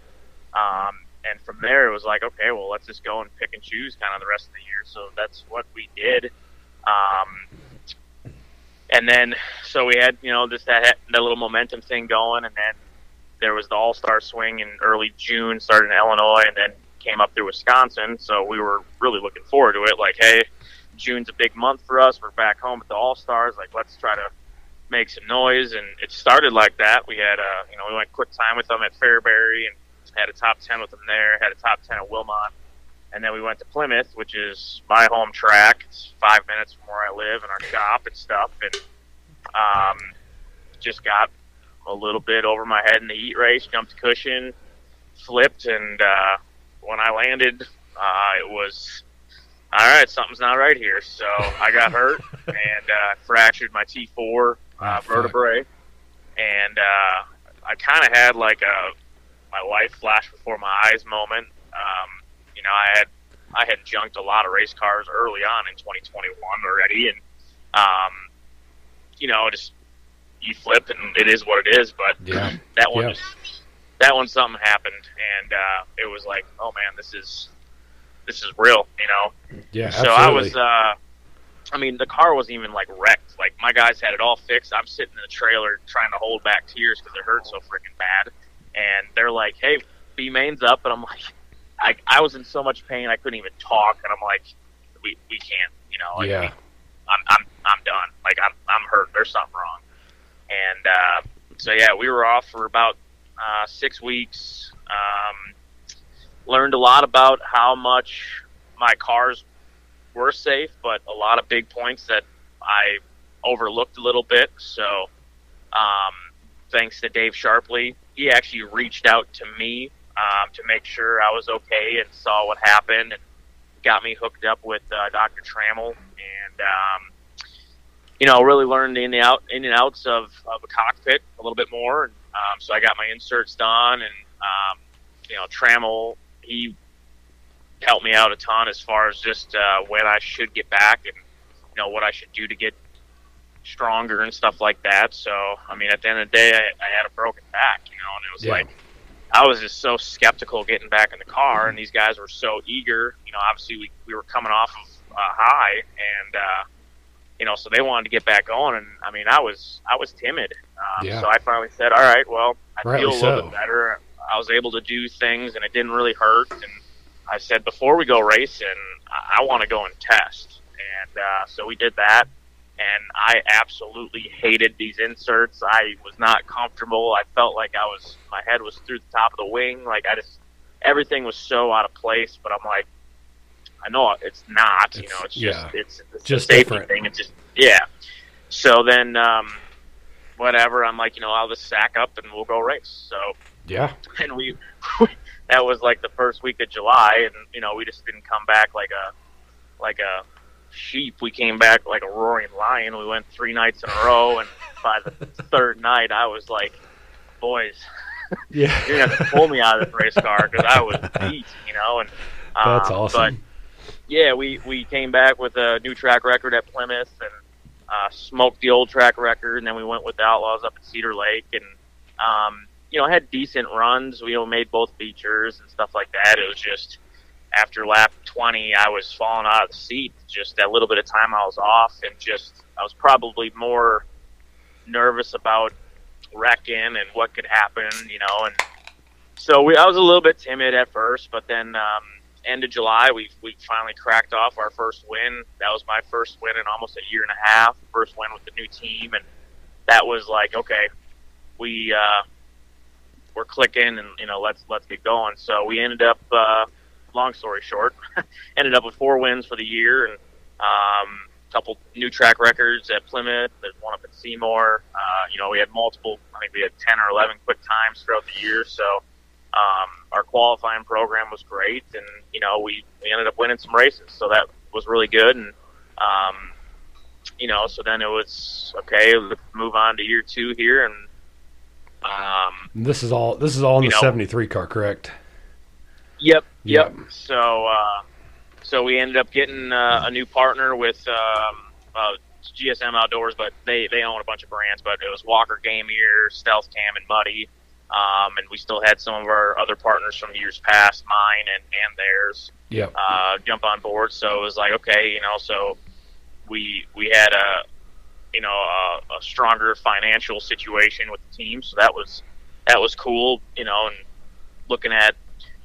Um, and from there, it was like, okay, well, let's just go and pick and choose kind of the rest of the year. So that's what we did. Um, and then, so we had, you know, just that, that little momentum thing going. And then there was the All Star swing in early June, started in Illinois, and then came up through Wisconsin. So we were really looking forward to it. Like, hey, June's a big month for us. We're back home at the All Stars. Like, let's try to make some noise. And it started like that. We had, uh, you know, we went quick time with them at Fairbury and had a top 10 with them there, had a top 10 at Wilmot. And then we went to Plymouth, which is my home track. It's five minutes from where I live and our shop and stuff. And um, just got a little bit over my head in the heat race, jumped the cushion, flipped. And uh, when I landed, uh, it was all right, something's not right here. So I got hurt and uh, fractured my T4 uh, Ah, fuck. vertebrae. And uh, I kind of had like a my life flash before my eyes moment. Um, you know, I had I had junked a lot of race cars early on in 2021 already, and um, you know, just you flip and it is what it is. But Yeah. that one Yeah. was- that one something happened, and uh, it was like, oh man, this is this is real, you know. Yeah. So I absolutely. was, uh, I mean, the car wasn't even like wrecked. Like my guys had it all fixed. I'm sitting in the trailer trying to hold back tears because it hurt so freaking bad. And they're like, "Hey, B main's up," and I'm like, I, I was in so much pain I couldn't even talk, and I'm like, "We we can't," you know. uh, Like, yeah. I'm I'm I'm done. Like I'm I'm hurt. There's something wrong. And uh, so yeah, we were off for about uh, six weeks. Um, learned a lot about how much my cars were safe, but a lot of big points that I overlooked a little bit. So um, thanks to Dave Sharpley, he actually reached out to me um, to make sure I was okay and saw what happened and got me hooked up with uh, Dr. Trammell and, um, you know, really learned the in the out in and outs of, of a cockpit a little bit more. And, um, so I got my inserts done and, um, you know, Trammell, he helped me out a ton as far as just uh, when I should get back and, you know, what I should do to get stronger and stuff like that. So, I mean, at the end of the day, I, I had a broken back, you know, and it was Yeah. like, I was just so skeptical getting back in the car, and these guys were so eager. You know, obviously we, we were coming off of uh, high, and uh, you know, so they wanted to get back on. And I mean, I was I was timid, um, Yeah. so I finally said, "All right, well, I Rightly feel a little so. bit better. I was able to do things, and it didn't really hurt." And I said, "Before we go racing, I, I want to go and test." And uh, so we did that. And I absolutely hated these inserts. I was not comfortable. I felt like I was, my head was through the top of the wing. Like I just, everything was so out of place. But I'm like, I know it's not. you It's- know, it's just yeah. it's, it's Just a safety different. thing. It's just yeah. So then, um, whatever. I'm like, you know, I'll just sack up and we'll go race. So Yeah. and we that was like the first week of July, and you know we just didn't come back like a like a sheep. We came back like a roaring lion. We went three nights in a row, and by the third night, I was like, "Boys, Yeah. you're gonna have to pull me out of this race car because I was beat," you know. And um, That's But awesome. yeah, we we came back with a new track record at Plymouth and uh, smoked the old track record, and then we went with the Outlaws up at Cedar Lake, and um, you know had decent runs. We you know, made both features and stuff like that. It was just after lap 20, I was falling out of the seat. Just that little bit of time I was off, and just I was probably more nervous about wrecking and what could happen, you know, and so we, I was a little bit timid at first, but then um, end of July, we we finally cracked off our first win. That was my first win in almost a year and a half. First win with the new team, and that was like, okay, we uh, we're clicking, and you know, let's let's get going. So we ended up, uh, long story short, ended up with four wins for the year, and um, a couple new track records at Plymouth. There's one up at Seymour. Uh, you know, we had multiple. I think we had ten or eleven quick times throughout the year. So um, our qualifying program was great, and you know we, we ended up winning some races, so that was really good. And um, you know, so then it was okay. Let's move on to year two here, and um, This is all. This is all in You the know. '73 car, correct? yep, Yep. So uh, so we ended up getting uh, a new partner with um, uh, it's GSM Outdoors, but they they own a bunch of brands. But it was Walker Game Gear, Stealth Cam, and Muddy. Um, and we still had some of our other partners from years past, mine and, and theirs, Yeah. uh, jump on board. So it was like, okay, you know, so we we had a you know a, a stronger financial situation with the team, so that was that was cool, you know, and looking at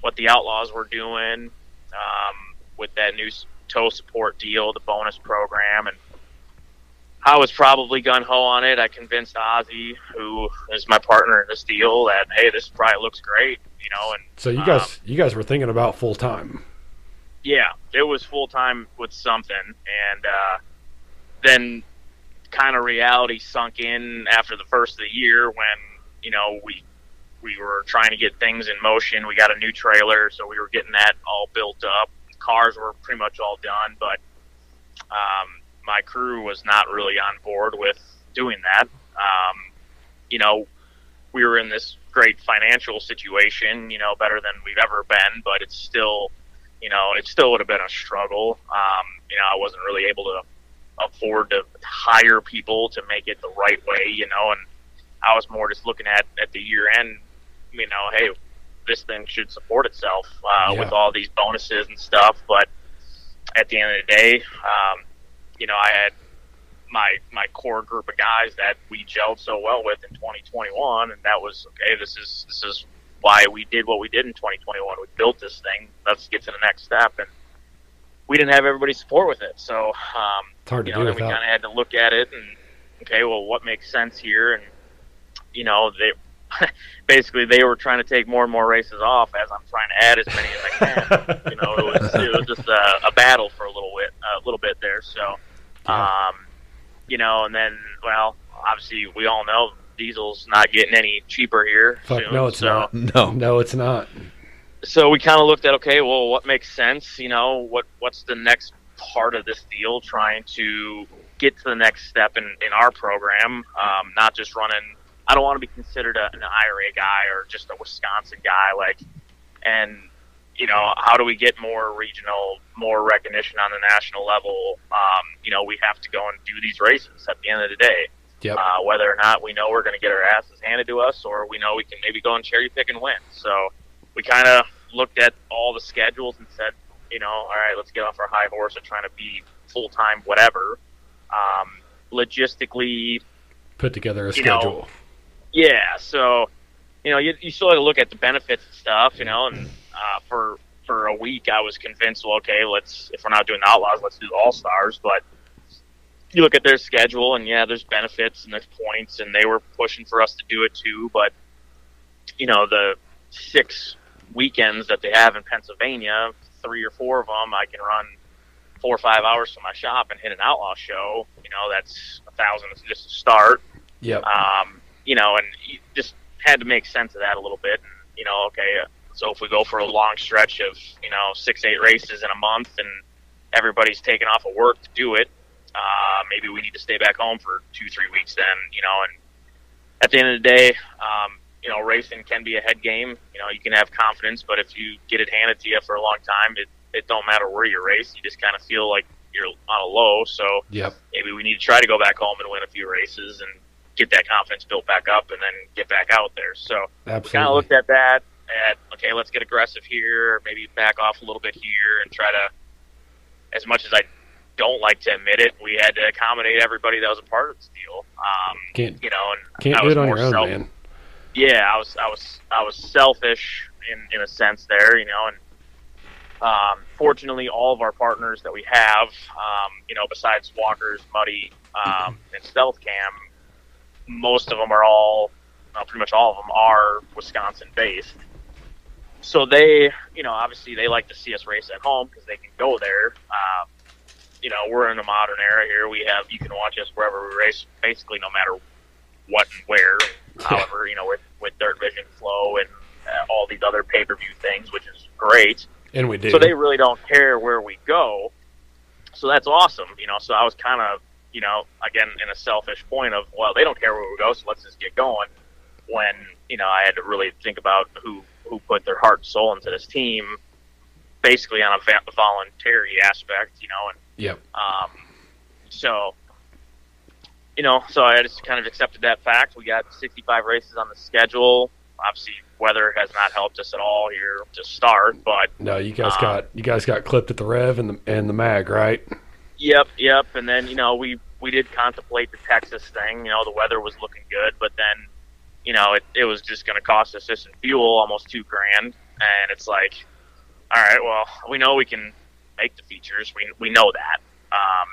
what the Outlaws were doing um, with that new s- tow support deal, the bonus program, and I was probably gun ho on it. I convinced Ozzy, who is my partner in this deal, that hey, this probably looks great, you know, and So you guys, Um, you guys were thinking about full time. yeah, it was full time with something, and uh, then kind of reality sunk in after the first of the year when you know we we were trying to get things in motion. We got a new trailer, so we were getting that all built up. Cars were pretty much all done, but um, my crew was not really on board with doing that. Um, you know, we were in this great financial situation, you know, better than we've ever been, but it's still you know, it still would have been a struggle. Um, you know, I wasn't really able to afford to hire people to make it the right way, you know, and I was more just looking at at the year end, you know, hey, this thing should support itself uh, Yeah. with all these bonuses and stuff. But at the end of the day, um, you know, I had my my core group of guys that we gelled so well with in 2021, and that was okay. This is this is why we did what we did in 2021. We built this thing. Let's get to the next step, and we didn't have everybody's support with it. So, um, It's hard to you do know, then we without. kind of had to look at it and okay, well, what makes sense here? And you know, they basically they were trying to take more and more races off as I'm trying to add as many as I can you know, it was, it was just a, a battle for a little bit, a little bit there. So, um, you know, and then, well, obviously, we all know diesel's not getting any cheaper here. Fuck soon, no, it's so, not. No. No, it's not. So we kind of looked at, okay, well, what makes sense? You know, what what's the next part of this deal? Trying to get to the next step in in our program, um, not just running. I don't want to be considered a, an IRA guy or just a Wisconsin guy, like and you know how do we get more regional more recognition on the national level um, you know we have to go and do these races at the end of the day Yep. uh, whether or not we know we're going to get our asses handed to us or we know we can maybe go and cherry pick and win so we kind of looked at all the schedules and said you know all right let's get off our high horse of trying to be full-time whatever um, logistically Put together a you know, schedule. yeah, so you know, you, you still had to look at the benefits and stuff, you know. And uh, for for a week, I was convinced, well, okay, let's if we're not doing the Outlaws, let's do the All Stars. But you look at their schedule, and yeah, there's benefits and there's points, and they were pushing for us to do it too. But you know, the six weekends that they have in Pennsylvania, three or four of them, I can run four or five hours from my shop and hit an Outlaw show. You know, that's a thousand just to start yep. um, you know, and you just had to make sense of that a little bit. And, you know, okay, uh, so if we go for a long stretch of you know six, eight races in a month, and everybody's taking off of work to do it, uh, maybe we need to stay back home for two, three weeks. Then, you know, and at the end of the day, um, you know, racing can be a head game. You know, you can have confidence, but if you get it handed to you for a long time, it it don't matter where you race. You just kind of feel like you're on a low. So Yep. maybe we need to try to go back home and win a few races and get that confidence built back up and then get back out there. So we kind of Absolutely. looked at that at okay, let's get aggressive here, maybe back off a little bit here and try to as much as I don't like to admit it, we had to accommodate everybody that was a part of this deal. Um, Can't you know, and can't I do was it on more your own, self- man. yeah, I was I was I was selfish in, in a sense there, you know, and um, fortunately all of our partners that we have, um, you know, besides Walker's, Muddy, um, and Stealth Cam, most of them are all, well, pretty much all of them are Wisconsin based. So they, you know, obviously they like to see us race at home because they can go there. Um, you know, we're in a modern era here. We have you can watch us wherever we race, basically no matter what and where. However, you know, with with Dirt Vision Flow and uh, all these other pay per view things, which is great. And we do. So they really don't care where we go. So that's awesome, you know. So I was kind of, you know, again in a selfish point of, well, they don't care where we go, so let's just get going. When you know, I had to really think about who who put their heart and soul into this team, basically on a va- voluntary aspect, you know, and yep. um, So, you know, so I just kind of accepted that fact. We got 65 races on the schedule. Obviously, weather has not helped us at all here to start, but No, you guys Um, got you guys got clipped at the rev and the and the mag, right? Yep, yep. And then you know we we did contemplate the Texas thing. You know the weather was looking good, but then you know it it was just going to cost us just in fuel almost two grand, and it's like, all right, well we know we can make the features. We we know that. Um,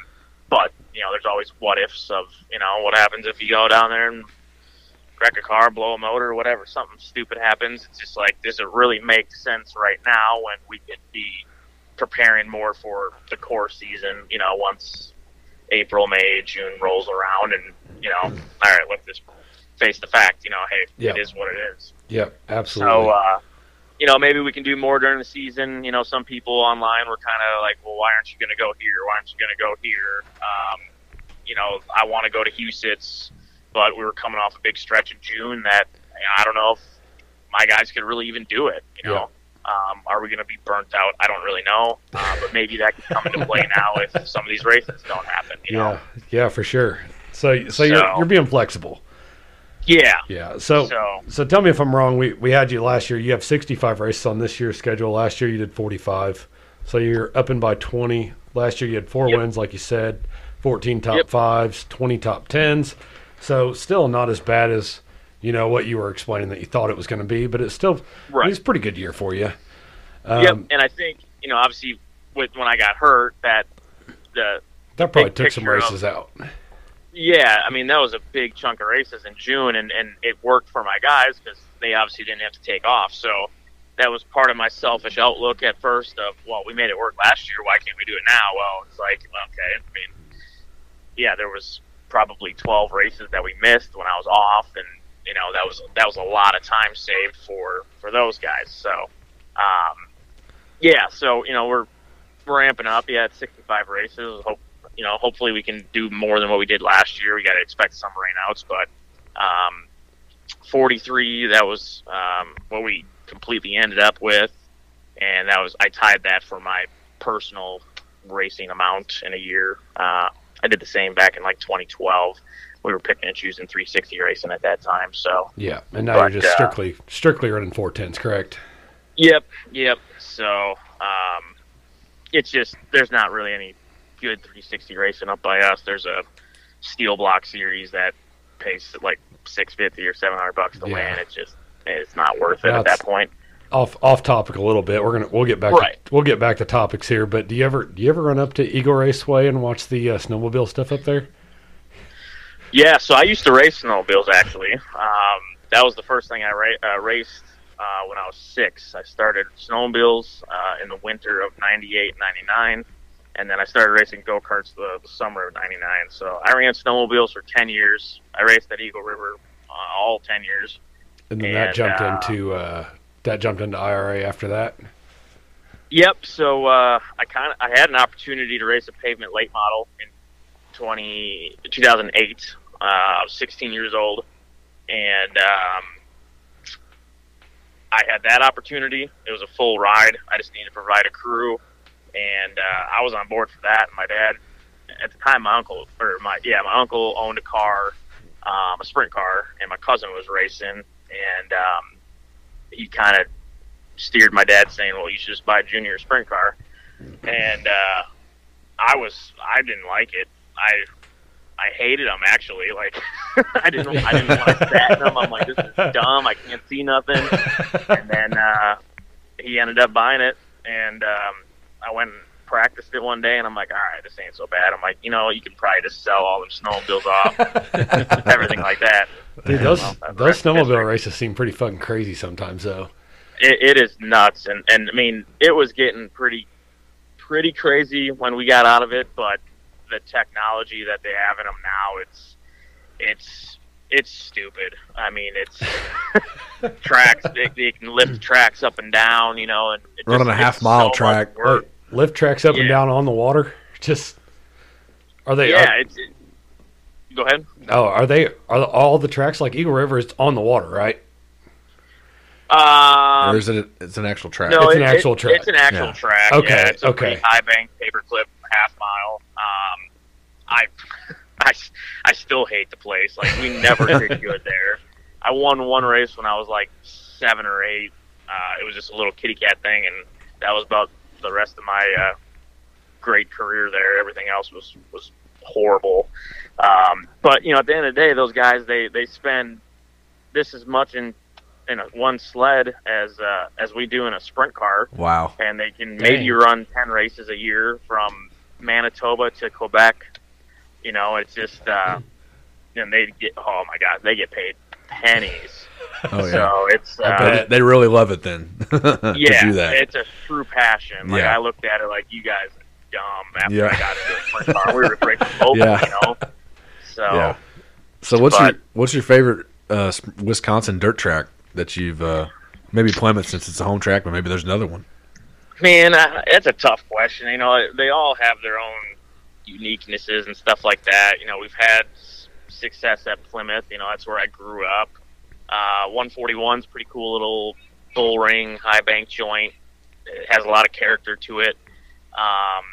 but you know there's always what ifs of you know what happens if you go down there and wreck a car, blow a motor, whatever. Something stupid happens. It's just like does it really make sense right now when we could be preparing more for the core season, you know, once April, May, June rolls around and, you know, all right, let's just face the fact, you know, hey, Yeah. it is what it is. Yep, absolutely. So, uh, you know, maybe we can do more during the season. You know, some people online were kind of like, well, why aren't you going to go here? Why aren't you going to go here? Um, you know, I want to go to Husitz, but we were coming off a big stretch in June that you know, I don't know if my guys could really even do it. You know, um, are we going to be burnt out? I don't really know, uh, but maybe that could come into play now if some of these races don't happen. You yeah, know, yeah, for sure. So, so, you're So- you're being flexible. yeah. Yeah. So, so, So tell me if I'm wrong. We we had you last year. You have 65 races on this year's schedule. Last year you did 45. So you're up in by 20. Last year you had four Yep. wins, like you said, 14 top Yep. fives, 20 top tens. So still not as bad as you know what you were explaining that you thought it was going to be, but it's still Right. it's a pretty good year for you. yep, Um, and I think you know, obviously, with when I got hurt, that the That probably Big took some picture of- races out. Yeah, I mean that was a big chunk of races in June, and and it worked for my guys because they obviously didn't have to take off. So that was part of my selfish outlook at first of well, we made it work last year, why can't we do it now? Well, it's like okay, I mean, yeah, there was probably twelve races that we missed when I was off, and you know that was that was a lot of time saved for for those guys. So, um, yeah, so you know we're we're ramping up. Yeah, it's sixty five races. Hope you know, hopefully we can do more than what we did last year. We got to expect some rainouts, but um, 43 that was um, what we completely ended up with, and that was I tied that for my personal racing amount in a year. Uh, I did the same back in like 2012. We were picking and choosing 360 racing at that time, so Yeah, and now But, you're just uh, strictly strictly running 410s, correct? Yep, yep. So um, it's just there's not really any good 360 racing up by us. There's a steel block series that pays like 650 or 700 bucks to Yeah. win. It's just it's not worth it at That's- that point. Off off topic a little bit. We're gonna we'll get back Right. to, we'll get back to topics here. But do you ever do you ever run up to Eagle Raceway and watch the uh, snowmobile stuff up there? Yeah, so I used to race snowmobiles actually. Um, that was the first thing I ra- uh, raced uh, when I was six. I started snowmobiles uh, in the winter of '98, '99, and then I started racing go karts the, the summer of '99. So I ran snowmobiles for 10 years. I raced at Eagle River uh, all 10 years. And then that And, jumped uh, into uh, that jumped into IRA after that. Yep. So uh, I kind of I had an opportunity to race a pavement late model in 20, 2008. Uh, I was 16 years old, and um, I had that opportunity. It was a full ride. I just needed to provide a crew, and uh, I was on board for that. My dad, at the time, my uncle or my yeah, my uncle owned a car, um, a sprint car, and my cousin was racing, and um, he kind of steered my dad saying, "Well, you should just buy a junior sprint car," and uh, I was I didn't like it. I I hated them actually. Like I didn't I didn't want to sat in them. I'm like, this is dumb. I can't see nothing. And then uh, he ended up buying it, and um, I went and practiced it one day, and I'm like, all right, this ain't so bad. I'm like, you know, you can probably just sell all them snowmobiles off, everything like that. Dude, those Well, that's those right. snowmobile races seem pretty fucking crazy sometimes, though. it, it is nuts and and i mean it was getting pretty pretty crazy when we got out of it but the technology that they have in them now it's it's it's stupid i mean it's tracks they, they can lift tracks up and down you know and it Running just- a half it's mile so much track. Oh, work. Lift tracks up and Yeah. down on the water. Just are they? yeah Are, it's it, go ahead oh, are they? Are all the tracks like Eagle River is on the water, right? um or is it? It's an actual track. No, It's it's an actual track. It's an actual Yeah. track. Okay, yeah, it's a okay. pretty High bank paperclip half mile. Um, I, I, I still hate the place. Like we never did good there. I won one race when I was like seven or eight. Uh, it was just a little kitty cat thing, and that was about the rest of my uh, great career there. Everything else was was horrible. Um, but you know, at the end of the day, those guys they they spend this as much in in a, one sled as uh, as we do in a sprint car Wow. and they can Dang. maybe run 10 races a year from Manitoba to Quebec. You know, it's just, uh, and they get, oh my God, they get paid pennies. Oh yeah. So it's, I uh, bet they really love it then. to yeah, do that. it's a true passion. Like, Yeah. I looked at it like, you guys are dumb after Yeah. I got into a sprint car. We were breaking open, Yeah. you know? So, Yeah. So what's uh, But- your what's your favorite uh, s- Wisconsin dirt track that you've uh, maybe Plymouth since it's a home track, but maybe there's another one. Man, I, it's a tough question. You know, they all have their own uniquenesses and stuff like that. You know, we've had s- success at Plymouth. You know, that's where I grew up. Uh, 141's pretty cool little bull ring, high bank joint. It has a lot of character to it. Um,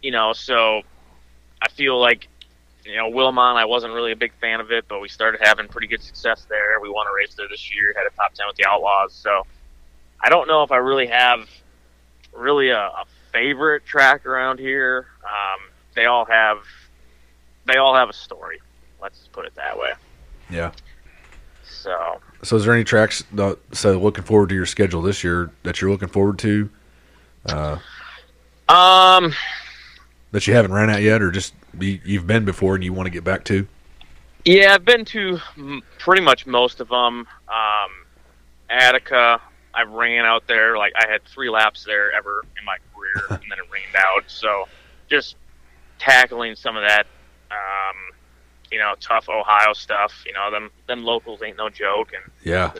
you know, so I feel like, you know, Wilmont, I wasn't really a big fan of it, but we started having pretty good success there. We won a race there this year, had a top 10 with the Outlaws. So I don't know if I really have really a, a favorite track around here. Um, they all have they all have a story. Let's just put it that way. Yeah. So So is there any tracks that, so looking forward to your schedule this year that you're looking forward to um, that you haven't ran out yet, or just you, you've been before and you want to get back to? Yeah, I've been to m- pretty much most of them. Um, Attica, I ran out there like I had three laps there ever in my career, and then it rained out. So, just tackling some of that, um, you know, tough Ohio stuff. You know, them them locals ain't no joke, and Yeah.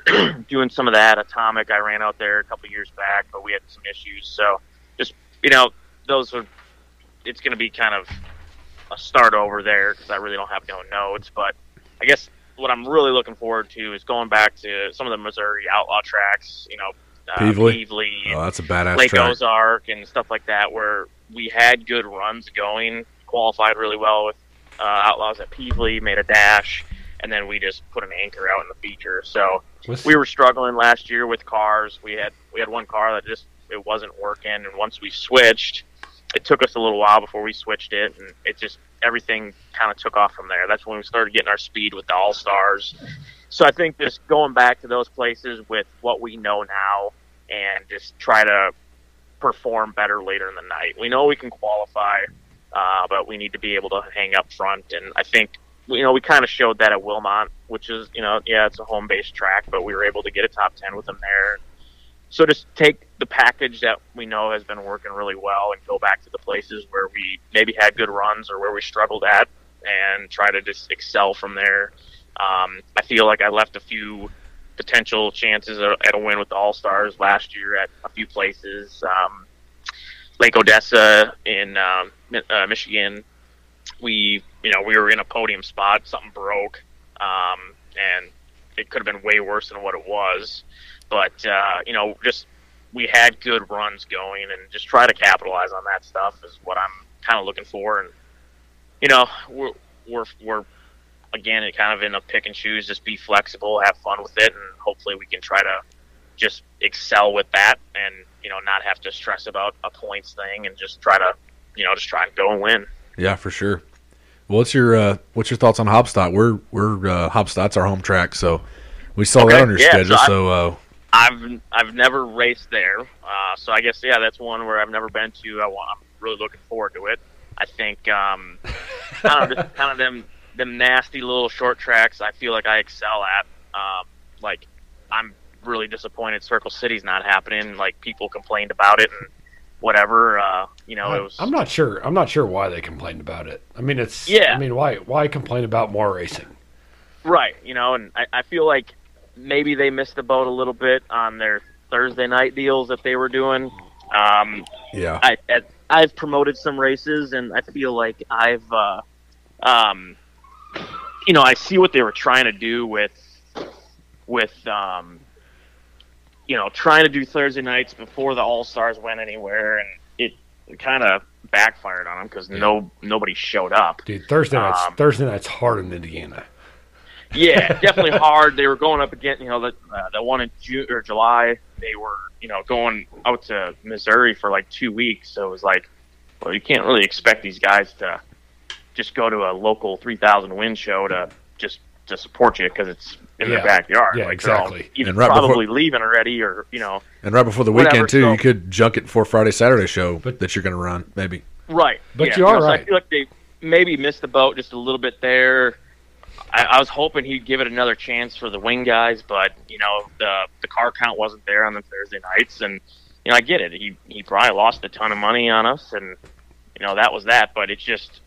doing some of that atomic i ran out there a couple years back but we had some issues so just you know those are it's going to be kind of a start over there because i really don't have no notes but i guess what i'm really looking forward to is going back to some of the missouri outlaw tracks you know uh, Peevely? Peevely Oh, that's a badass Lake track. Ozark and stuff like that, where we had good runs going, qualified really well with uh, Outlaws at Peevely, made a dash, and then we just put an anchor out in the feature. So What's- we were struggling last year with cars. We had we had one car that just it wasn't working, and once we switched, it took us a little while before we switched it, and it just everything kind of took off from there. That's when we started getting our speed with the All Stars. So I think just going back to those places with what we know now, and just try to perform better later in the night. We know we can qualify, uh, but we need to be able to hang up front. And I think you know we kind of showed that at Wilmont, which is you know yeah it's a home based track, but we were able to get a top ten with them there. So just take the package that we know has been working really well and go back to the places where we maybe had good runs or where we struggled at, and try to just excel from there. Um, I feel like I left a few potential chances at at a win with the All Stars last year at a few places. Um, Lake Odessa in um, Mi- uh, Michigan, we you know we were in a podium spot. Something broke, um, and it could have been way worse than what it was. But uh, you know, just we had good runs going, and just try to capitalize on that stuff is what I'm kind of looking for. And you know, we're we're we're again, it kind of in a pick and choose. Just be flexible, have fun with it, and hopefully we can try to just excel with that, and you know, not have to stress about a points thing, and just try to, you know, just try and go and win. Yeah, for sure. Well, What's your uh, what's your thoughts on Hopstock? We're we're uh, Hopstock's our home track, so we saw Okay, that on your yeah, schedule. so I- So, uh, I've I've never raced there, uh, so I guess yeah, that's one where I've never been to. I want, I'm really looking forward to it. I think um, I don't know, just kind of them them nasty little short tracks. I feel like I excel at. Um, like I'm really disappointed Circle City's not happening. Like people complained about it and whatever. Uh, you know, it was I'm not sure. I'm not sure why they complained about it. I mean, it's. Yeah. I mean, why why complain about more racing? Right, you know, and I, I feel like maybe they missed the boat a little bit on their Thursday night deals that they were doing. Um, yeah, I, I I've promoted some races, and I feel like I've, uh, um, you know, I see what they were trying to do with, with, um, you know, trying to do Thursday nights before the All Stars went anywhere, and it kind of backfired on him because no nobody showed up. Dude, Thursday night's Um, Thursday night's hard in Indiana. Yeah, definitely hard. They were going up against you know that uh, that one in June or July. They were you know going out to Missouri for like two weeks. So it was like, well, you can't really expect these guys to just go to a local three thousand win show to just to support you because it's in Yeah. their backyard. Yeah, like, they're all exactly. Either And right before- probably leaving already, or you know, And right before the Whatever, weekend too, so- you could junk it for Friday Saturday show But- that you're going to run maybe. Right. But yeah. you are know, so right. I feel like they maybe missed the boat just a little bit there. I, I was hoping he'd give it another chance for the wing guys, but you know the the car count wasn't there on the Thursday nights, and you know I get it. He he probably lost a ton of money on us, and you know that was that. But it's just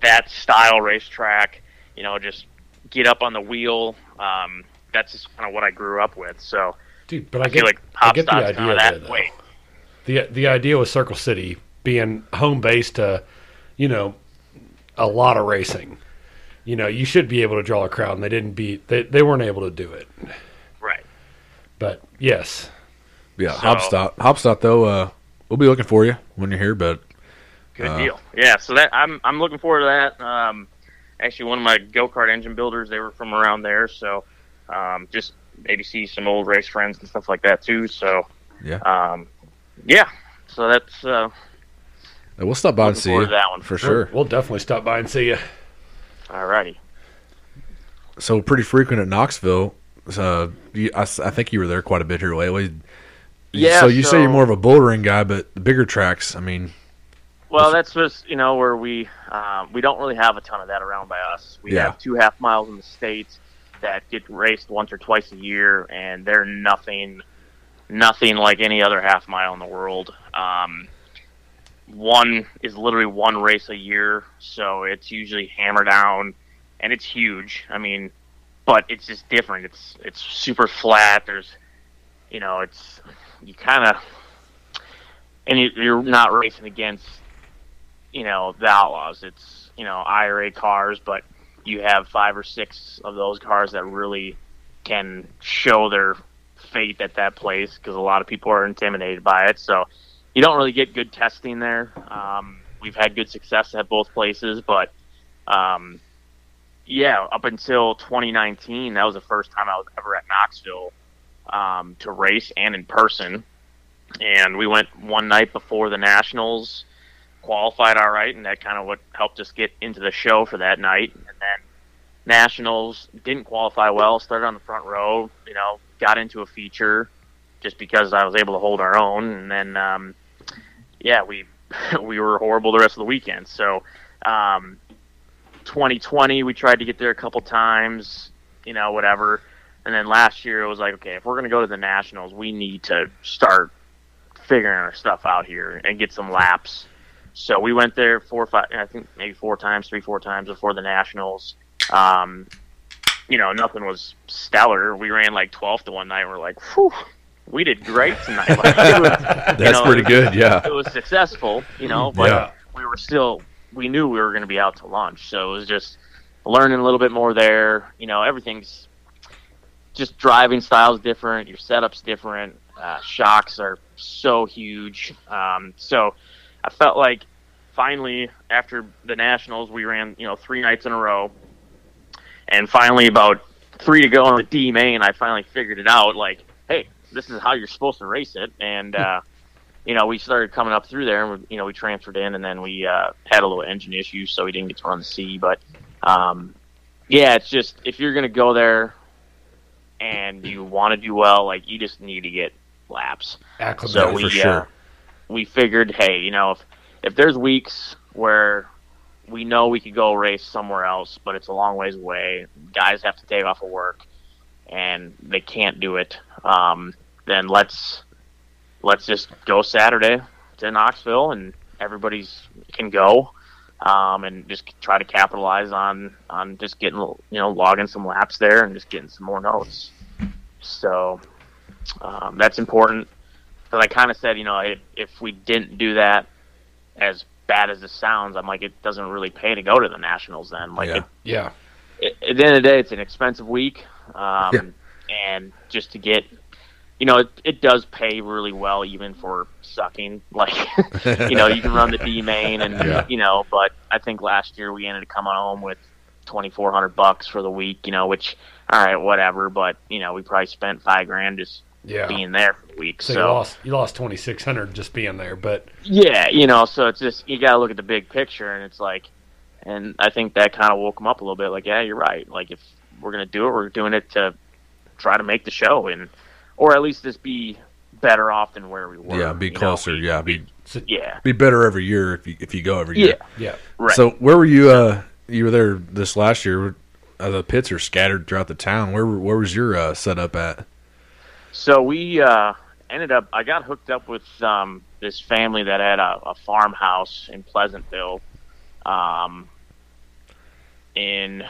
that style racetrack. You know, just get up on the wheel. Um, that's just kind of what I grew up with. So Dude, but I, I get, feel like I Hopstock's get the kind idea of there, that though. way. the the idea with Circle City being home base to, you know, a lot of racing. You know, you should be able to draw a crowd, and they didn't beat. They they weren't able to do it. Right. But yes, Yeah, So- Hopstop. Hopstop though, uh, we'll be looking for you when you're here. But Good Uh, deal. Yeah, so that I'm I'm looking forward to that. Um, actually, one of my go kart engine builders, they were from around there, so um, just maybe see some old race friends and stuff like that too. So Yeah. um, yeah. So that's uh, we'll stop by and looking see forward you to that one. for sure. we'll, we'll definitely stop by and see you. Alrighty. so pretty frequent at Knoxville. Uh, you, I, s- I think you were there quite a bit here lately. Yeah, So you say you're so- more of a bouldering guy, but the bigger tracks. I mean, Well, that's just you know where we um, we don't really have a ton of that around by us. We Yeah. have two half miles in the states that get raced once or twice a year, and they're nothing nothing like any other half mile in the world. Um, one is literally one race a year, so it's usually hammer down, and it's huge. I mean, but it's just different. It's it's super flat. There's, you know, it's you kind of, and you, you're not racing against, you know, the outlaws. It's you know IRA cars, but you have five or six of those cars that really can show their fate at that place because a lot of people are intimidated by it. So you don't really get good testing there. Um, we've had good success at both places, but um, yeah, up until 2019, that was the first time I was ever at Knoxville um, to race and in person. And we went one night before the Nationals, qualified all right, and that kind of what helped us get into the show for that night. And then Nationals didn't qualify well, started on the front row, you know, got into a feature just because I was able to hold our own. And then, um, yeah, we we were horrible the rest of the weekend. So, um, 2020, we tried to get there a couple times, you know, whatever. And then last year, it was like, okay, if we're going to go to the Nationals, we need to start figuring our stuff out here and get some laps. So we went there four or five, I think maybe four times, three, four times before the Nationals. Um, you know, nothing was stellar. We ran like 12th to one night. And we're like, whew, we did great tonight. Like, it was- that's know, pretty it- good. Yeah. it was successful, you know, but Yeah. we were still we knew we were going to be out to lunch, so it was just learning a little bit more there. You know, everything's just driving styles different, your setups different, uh, shocks are so huge. Um, so I felt like finally after the nationals, we ran you know three nights in a row, and finally about three to go on the D main, I finally figured it out. Like, hey, this is how you're supposed to race it, and. Uh, you know, we started coming up through there, and we, you know, we transferred in, and then we uh, had a little engine issue, so we didn't get to run the C. But um, yeah, it's just if you're gonna go there and you want to do well, like you just need to get laps. Acclimate. So Yeah, we for sure. uh, we figured, hey, you know, if if there's weeks where we know we could go race somewhere else, but it's a long ways away, guys have to take off of work, and they can't do it. Um, then let's let's just go Saturday to Knoxville, and everybody's can go, um, and just try to capitalize on on just getting you know logging some laps there and just getting some more notes. So um, that's important. But I kind of said, you know, if, if we didn't do that, as bad as it sounds, I'm like, it doesn't really pay to go to the nationals. Then, like, Yeah. it, Yeah, at the end of the day, it's an expensive week, um, Yeah. and just to get you know, it, it does pay really well even for sucking. Like, you know, you can run the D main and, Yeah. you know, but I think last year we ended up coming home with 2400 bucks for the week, you know, which, all right, whatever. But, you know, we probably spent five grand just Yeah. being there for the week. So, So, you lost you lost twenty six hundred just being there, but yeah, you know, so it's just, you got to look at the big picture and it's like, and I think that kind of woke them up a little bit. Like, yeah, you're right. Like, if we're going to do it, we're doing it to try to make the show and, or at least just be better off than where we were. yeah, be you know? closer. yeah, be so, Yeah, be better every year if you if you go every Yeah. year. yeah. right. So where were you? Uh, you were there this last year. Uh, the pits are scattered throughout the town. Where were- where was your uh, setup at? So we uh, ended up. I got hooked up with um, this family that had a, a farmhouse in Pleasantville, um, in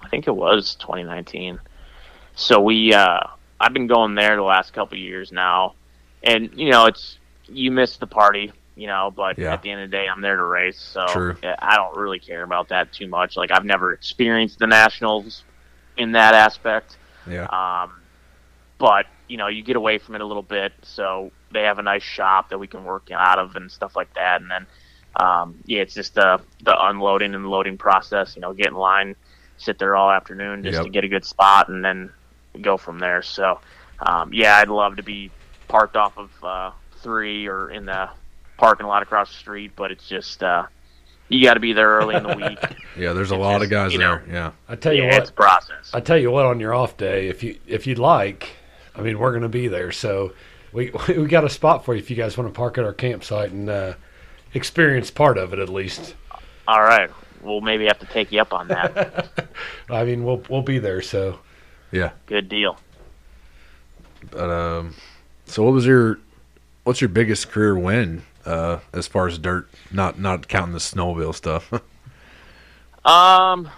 I think it was 2019. So we, uh, I've been going there the last couple of years now, and you know it's you miss the party, you know, but Yeah. at the end of the day, I'm there to race, so True. yeah, I don't really care about that too much. Like I've never experienced the nationals in that aspect. Yeah, Um, but you know, you get away from it a little bit, so they have a nice shop that we can work out of and stuff like that. And then, um, yeah, it's just the the unloading and loading process. You know, get in line, sit there all afternoon just Yep. to get a good spot, and then go from there. So, um, yeah, I'd love to be parked off of uh, three or in the parking lot across the street, but it's just uh, you got to be there early in the week. yeah. There's a It's lot of just, guys you know, there. Yeah, I tell you yeah, what it's a process. I tell you what, on your off day, if you if you'd like, I mean, we're gonna be there, so we we got a spot for you if you guys want to park at our campsite and uh, experience part of it at least. All right, we'll maybe have to take you up on that. I mean, we'll we'll be there, so yeah. good deal. But um, so what was your what's your biggest career win? Uh, as far as dirt, not not counting the snowmobile stuff, Um,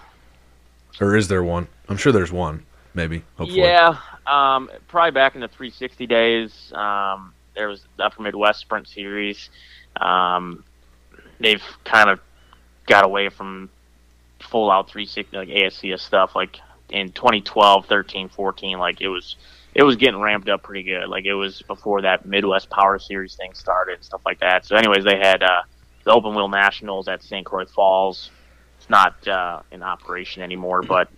or is there one? I'm sure there's one. Maybe. Hopefully. yeah, um, probably back in the 360 days. Um, there was the Upper Midwest Sprint Series. Um, they've kind of got away from full out 360 like ASCS stuff. Like in 2012, 13, 14, like it was it was getting ramped up pretty good. Like it was before that Midwest Power Series thing started and stuff like that. So, anyways, they had uh, the Open Wheel Nationals at St. Croix Falls. It's not uh, in operation anymore, but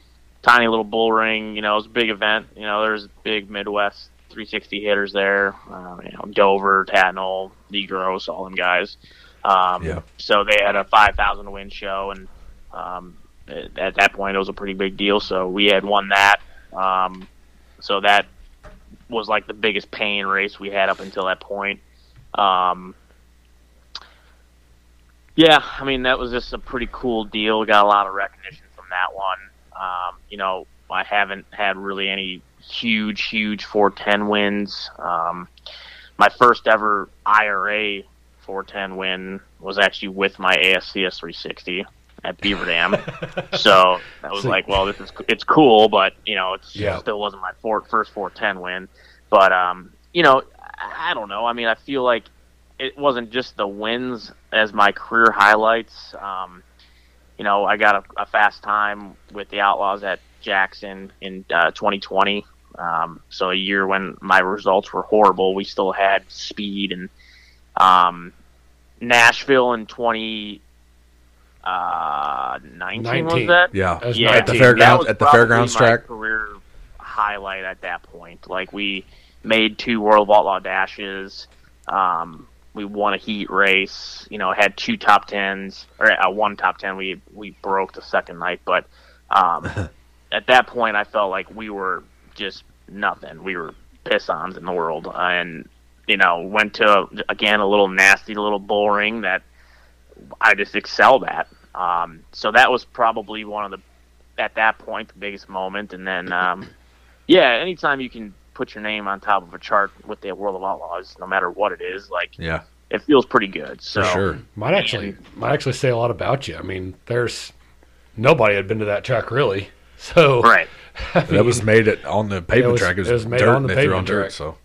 tiny little bull ring. You know, it was a big event. You know, there's big Midwest 360 hitters there. Um, you know, Dover, Tatnall, Negros, all them guys. Um, Yeah. So they had a 5,000 win show, and um, at at that point, it was a pretty big deal. So we had won that. Um, so that was like the biggest paying race we had up until that point. Um, yeah, I mean that was just a pretty cool deal. Got a lot of recognition from that one. Um, you know, I haven't had really any huge, huge 410 wins. Um, my first ever IRA 410 win was actually with my ASCS 360 at Beaver Dam. so I was So- like, well, this is it's cool, but you know, it's Yeah. still wasn't my four, first 410 win. But um, you know, I I don't know. I mean, I feel like it wasn't just the wins as my career highlights. Um, you know, I got a, a fast time with the Outlaws at Jackson in uh, 2020. Um, so a year when my results were horrible, we still had speed and um, Nashville in 2019 uh, 19 was Nineteen. that? Yeah. As yeah, at the dude, fairgrounds- that was at the probably fairgrounds my track? Career highlight at that point. Like we made two World of Outlaw dashes. Um, we won a heat race. You know, had two top tens or uh, one top ten. We we broke the second night, but um, at that point, I felt like we were just nothing. We were pissons in the world, and you know, went to again a little nasty, little bull ring that I just excelled at. Um, so that was probably one of the at that point the biggest moment and then um, yeah anytime you can put your name on top of a chart with the world of outlaws no matter what it is like Yeah. it feels pretty good so For sure. might actually might actually say a lot about you. I mean, there's nobody had been to that track really, so right that was made it on the pavement was- track. It was, it was made dirt on the and they threw on pavement dirt. track. So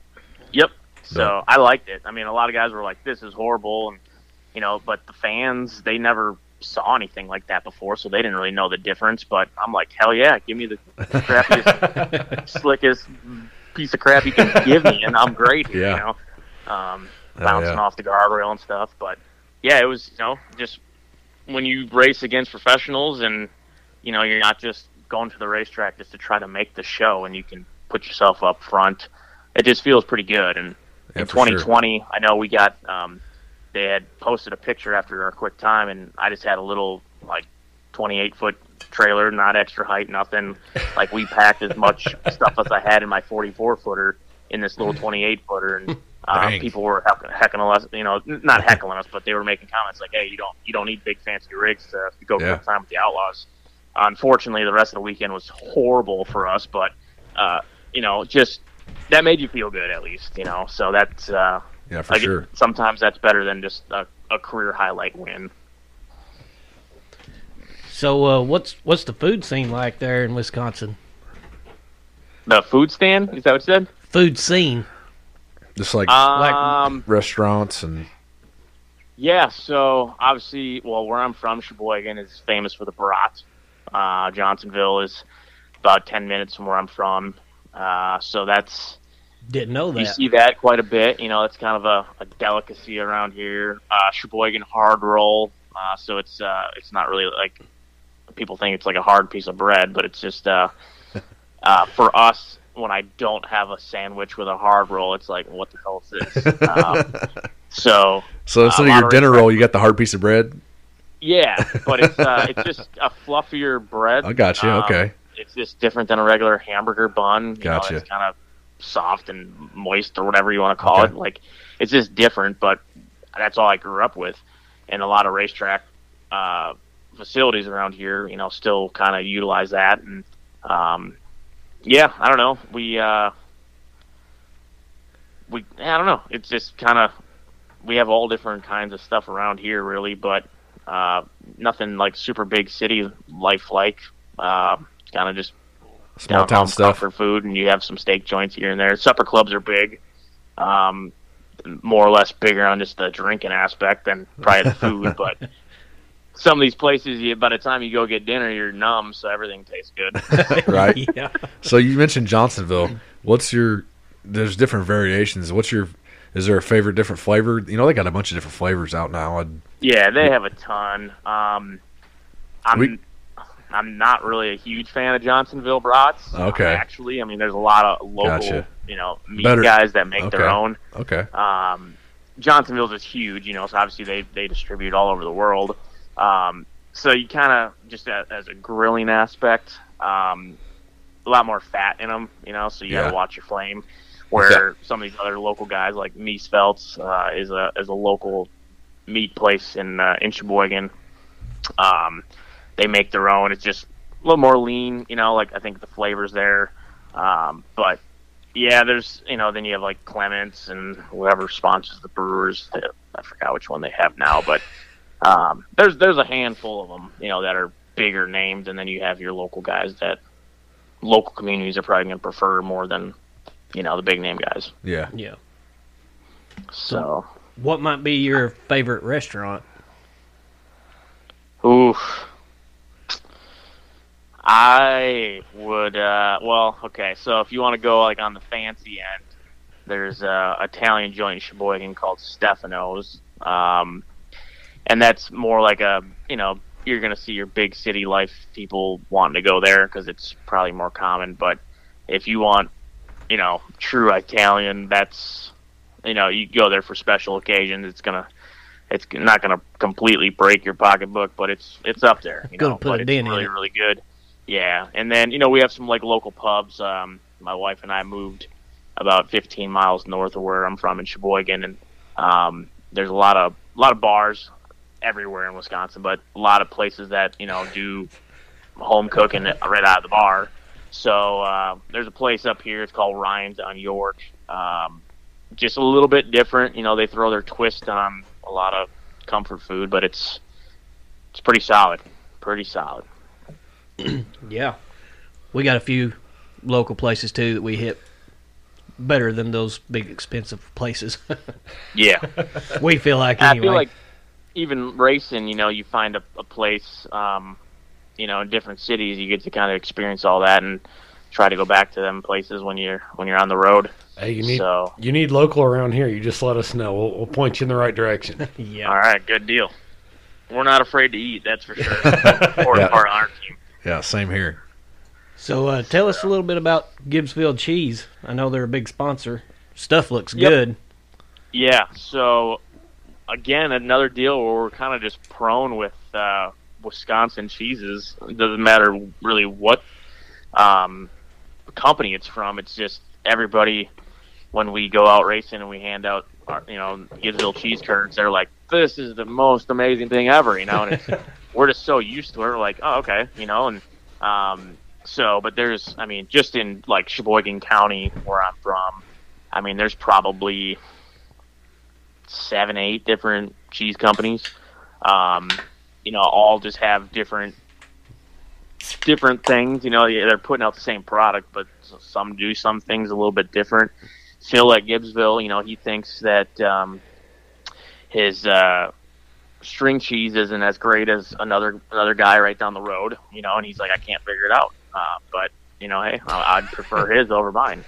yep so Yeah. i liked it i mean a lot of guys were like this is horrible and you know but the fans they never saw anything like that before so they didn't really know the difference but i'm like hell yeah give me the crappiest slickest piece of crap you can give me, and I'm great here, Yeah. you know, um, Oh, bouncing yeah. off the guardrail and stuff. But yeah, it was, you know, just when you race against professionals and, you know, you're not just going to the racetrack just to try to make the show and you can put yourself up front. It just feels pretty good. And Yeah, in for sure. 2020, I know we got, um, they had posted a picture after our quick time, and I just had a little, like, 28 foot trailer, not extra height, nothing. Like we packed as much stuff as I had in my 44 footer in this little 28 footer, and uh, Dang. people were heck- heckling us. You know, n- not heckling us, but they were making comments like, "Hey, you don't you don't need big fancy rigs to go Yeah. quick time with the Outlaws." Unfortunately, the rest of the weekend was horrible for us, but uh, you know, just that made you feel good at least. You know, so that's uh, Yeah, for like, sure. sometimes that's better than just a, a career highlight win. So uh, what's what's the food scene like there in Wisconsin? The food stand is that what you said? Food scene. Just like Um, restaurants uh, and Yeah, so obviously, well, where I'm from, Sheboygan is famous for the brat. Uh, Johnsonville is about 10 minutes from where I'm from. Uh, so that's, Didn't know you that. see that quite a bit. You know, it's kind of a, a delicacy around here. Uh, Sheboygan hard roll. Uh, so it's, uh, it's not really like people think it's like a hard piece of bread, but it's just, uh, uh, for us, when I don't have a sandwich with a hard roll, it's like, what the hell is this? um, so, so instead Uh, of your moderate dinner roll, you got the hard piece of bread. Yeah, but it's uh, it's just a fluffier bread. I got you. Um, okay, It's just different than a regular hamburger bun. You Gotcha. Know, it's kind of soft and moist or whatever you want to call Okay. it. Like it's just different, but that's all I grew up with. And a lot of racetrack uh, facilities around here, you know, still kind of utilize that. And um, yeah, I don't know. We uh, we I don't know. It's just kind of we have all different kinds of stuff around here, really, but uh, nothing like super big city life like. Uh, kind of just small town stuff. for food, and you have some steak joints here and there. Supper clubs are big, um, more or less bigger on just the drinking aspect than probably the food. but some of these places, you, by the time you go get dinner, you're numb, so everything tastes good. right? yeah. So you mentioned Johnsonville. What's your? There's different variations. What's your? Is there a favorite different flavor? You know, they got a bunch of different flavors out now. I'd, Yeah, they have a ton. Um, I'm We- I'm not really a huge fan of Johnsonville brats. uh, Okay. actually, I mean, there's a lot of local, Gotcha. you know, meat Better- guys that make okay. their own. okay, Um, Johnsonville's is huge, you know, so obviously they they distribute all over the world. Um, so you kind of just a, as a grilling aspect, um, a lot more fat in them, you know, so you Yeah. gotta watch your flame. Where some of these other local guys like Miesfeld's, uh is a is a local meat place in uh, in Sheboygan. Um, they make their own. It's just a little more lean, you know. Like I think the flavors there, um, but yeah, there's you know then you have like Clements and whoever sponsors the Brewers. uh, I forgot which one they have now, but um, there's there's a handful of them, you know, that are bigger names, and then you have your local guys that local communities are probably going to prefer more than you know the big name guys. yeah. Yeah. So, What might be your favorite restaurant? oof. I would. Uh, well, okay. So if you want to go like on the fancy end, there's a Italian joint in Sheboygan called Stefano's, um, and that's more like a you know you're gonna see your big city life people wanting to go there because it's probably more common. But if you want, you know, true Italian, that's you know you go there for special occasions. It's gonna it's not gonna completely break your pocketbook, but it's it's up there. You Gonna know, put but a it's dent in really it. really good. Yeah, and then you know we have some like local pubs. Um, my wife and I moved about 15 miles north of where I'm from in Sheboygan, and um, there's a lot of a lot of bars everywhere in Wisconsin, but a lot of places that you know do home cooking right out of the bar. So uh, there's a place up here. It's called Ryan's on York. Um, just a little bit different. You know, they throw their twist on a lot of comfort food, but it's it's pretty solid. Pretty solid. Yeah. We got a few local places too that we hit better than those big expensive places. Yeah. we feel like I anyway. feel like even racing, you know, you find a, a place, um, you know, in different cities, you get to kind of experience all that. And try to go back to them places when you're when you're on the road. Hey, you need so you need local around here. You just let us know. We'll, we'll point you in the right direction. Yeah. all right, good deal. We're not afraid to eat, that's for sure. Or Yeah. part of our team. Yeah, same here. So uh, tell us a little bit about Gibbsfield Cheese. I know they're a big sponsor. Stuff looks Yep. good. Yeah. So again, another deal where we're kind of just prone with uh, Wisconsin cheeses. It doesn't matter really what um, company it's from. It's just everybody when we go out racing and we hand out, our, you know, Gibbsville cheese curds. They're like, "This is the most amazing thing ever," you know. And it's, we're just so used to it. We're like, "Oh, okay," you know, and um, so. But there's, I mean, just in like Sheboygan County where I'm from, I mean, there's probably seven, eight different cheese companies. Um, you know, all just have different different things. You know, yeah, they're putting out the same product, but s- some do some things a little bit different. Phil at Gibbsville, you know, he thinks that um, his uh, string cheese isn't as great as another another guy right down the road. You know, and he's like, I can't figure it out. Uh, but you know, hey, I- I'd prefer his over mine.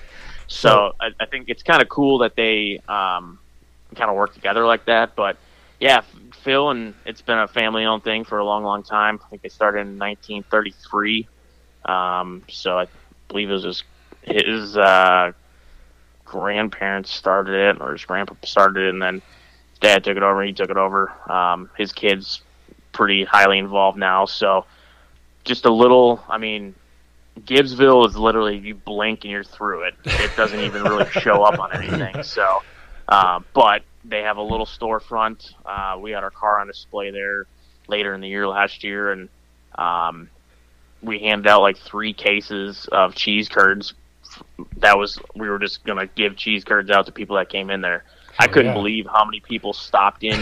So I, I think it's kind of cool that they um, kind of work together like that. But yeah, F- Phil and it's been a family-owned thing for a long, long time. I think they started in 1933. Um, so I believe it was his, his uh, grandparents started it, or his grandpa started it, and then his dad took it over. He took it over. Um, his kids pretty highly involved now. So just a little. I mean. Gibbsville is literally you blink and you're through it. It doesn't even really show up on anything. So, uh, but they have a little storefront. Uh, we had our car on display there later in the year last year, and um, we handed out like three cases of cheese curds. That was we were just gonna give cheese curds out to people that came in there. I Oh, couldn't yeah. believe how many people stopped in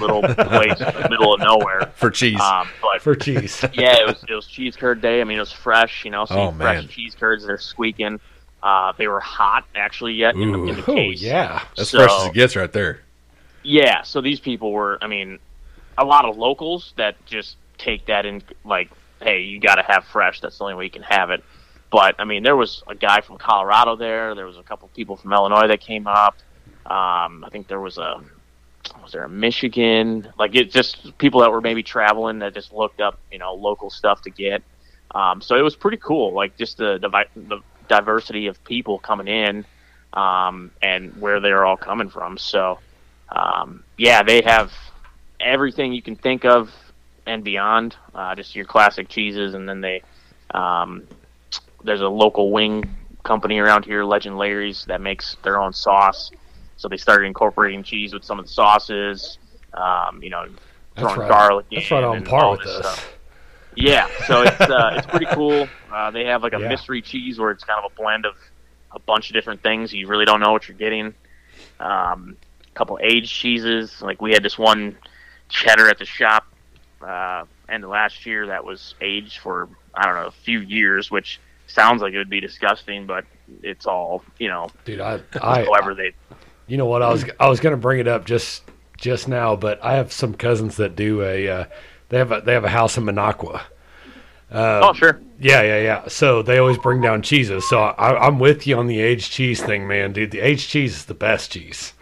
little place in the middle of nowhere. For cheese. Um, but For cheese. yeah, it was it was cheese curd day. I mean, it was fresh, you know, so Oh, you fresh man. cheese curds. They're squeaking. Uh, they were hot actually yet in the, in the Ooh. Oh case. yeah. That's so, fresh as it gets right there. Yeah, so these people were. I mean, a lot of locals that just take that in like, hey, you got to have fresh. That's the only way you can have it. But I mean, there was a guy from Colorado there. There was a couple people from Illinois that came up. Um, I think there was a was there a Michigan like it just people that were maybe traveling that just looked up you know local stuff to get. Um, so it was pretty cool, like just the divi- the diversity of people coming in um, and where they're all coming from. So um, yeah, they have everything you can think of and beyond. Uh, just your classic cheeses, and then they um, there's a local wing company around here, Legend Larry's, that makes their own sauce. So they started incorporating cheese with some of the sauces. Um, you know, That's throwing right. garlic. That's in right on and par all with this us. stuff. Yeah, so it's uh, it's pretty cool. Uh, they have like a Yeah. mystery cheese where it's kind of a blend of a bunch of different things. You really don't know what you're getting. Um, a couple aged cheeses. Like we had this one cheddar at the shop uh, end of last year that was aged for I don't know a few years, which sounds like it would be disgusting, but it's all you know. Dude, I, I however they You know what? I was I was gonna bring it up just just now, but I have some cousins that do a uh, they have a they have a house in Minocqua. uh, oh sure Yeah, yeah, yeah. So they always bring down cheeses. So I, I'm with you on the aged cheese thing, man, dude. The aged cheese is the best cheese.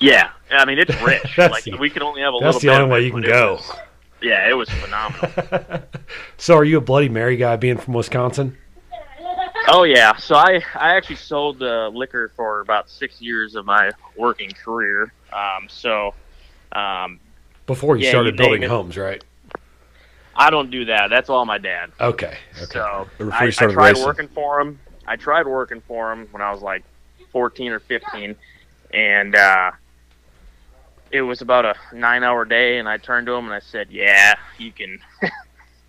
yeah. I mean it's rich. That's like the- we can only have a That's little. the bit only of way it, you can but it go. was- yeah, it was phenomenal. So are you a Bloody Mary guy, being from Wisconsin? Oh yeah, so I I actually sold uh, liquor for about six years of my working career. Um, so um, Before you Yeah, started you name building it. homes, right? I don't do that. That's all my dad. Okay. Okay. So Before I, you I started tried racing. working for him. I tried working for him when I was like 14 or 15, and uh, it was about a nine-hour day. And I turned to him and I said, "Yeah, you can,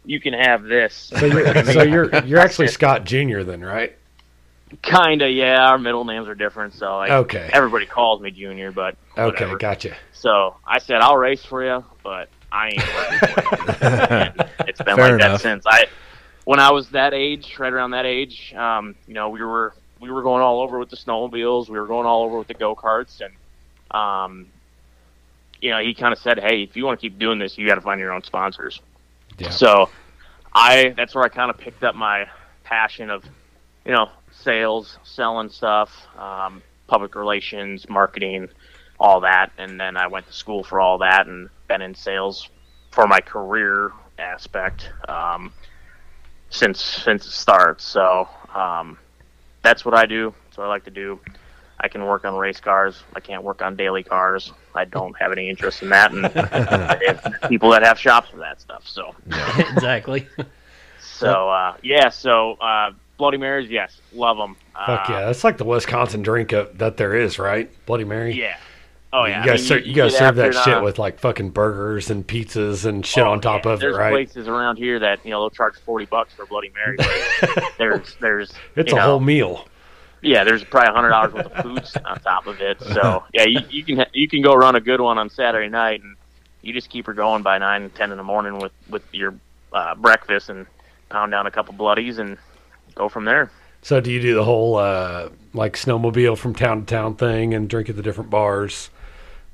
you can have this." So you're so you're you're actually Scott Jr. then, right? Kinda, yeah. Our middle names are different, so like Okay. everybody calls me Junior, but Okay, whatever. gotcha. So I said, I'll race for you, but I ain't working for you. it's been Fair like enough. that since I, when I was that age, right around that age, um, you know, we were we were going all over with the snowmobiles, we were going all over with the go karts, and um, you know, he kind of said, hey, if you want to keep doing this, you got to find your own sponsors. Yeah. So I that's where I kind of picked up my passion of you know, sales, selling stuff, um, public relations, marketing, all that. And then I went to school for all that and been in sales for my career aspect um, since since it starts. So um, that's what I do. That's what I like to do. I can work on race cars. I can't work on daily cars. I don't have any interest in that. And I have people that have shops for that stuff. So. exactly. So uh, yeah, so uh, Bloody Marys, yes, love them. Fuck uh, yeah, that's like the Wisconsin drink of, that there is, right? Bloody Mary. yeah. Oh yeah, You guys, I ser- mean, you, guys get serve after that it shit on- with like fucking burgers and pizzas and shit oh, on top yeah, of it, There's right? places around here that you know they'll charge forty bucks for a Bloody Mary. but there's there's It's you a know, whole meal. yeah. There's probably hundred dollars worth of foods on top of it. So yeah, you, you can ha- you can go run a good one on Saturday night, and you just keep her going by nine ten in the morning with with your uh, breakfast and pound down a couple bloodies and go from there. So do you do the whole uh, like snowmobile from town to town thing and drink at the different bars?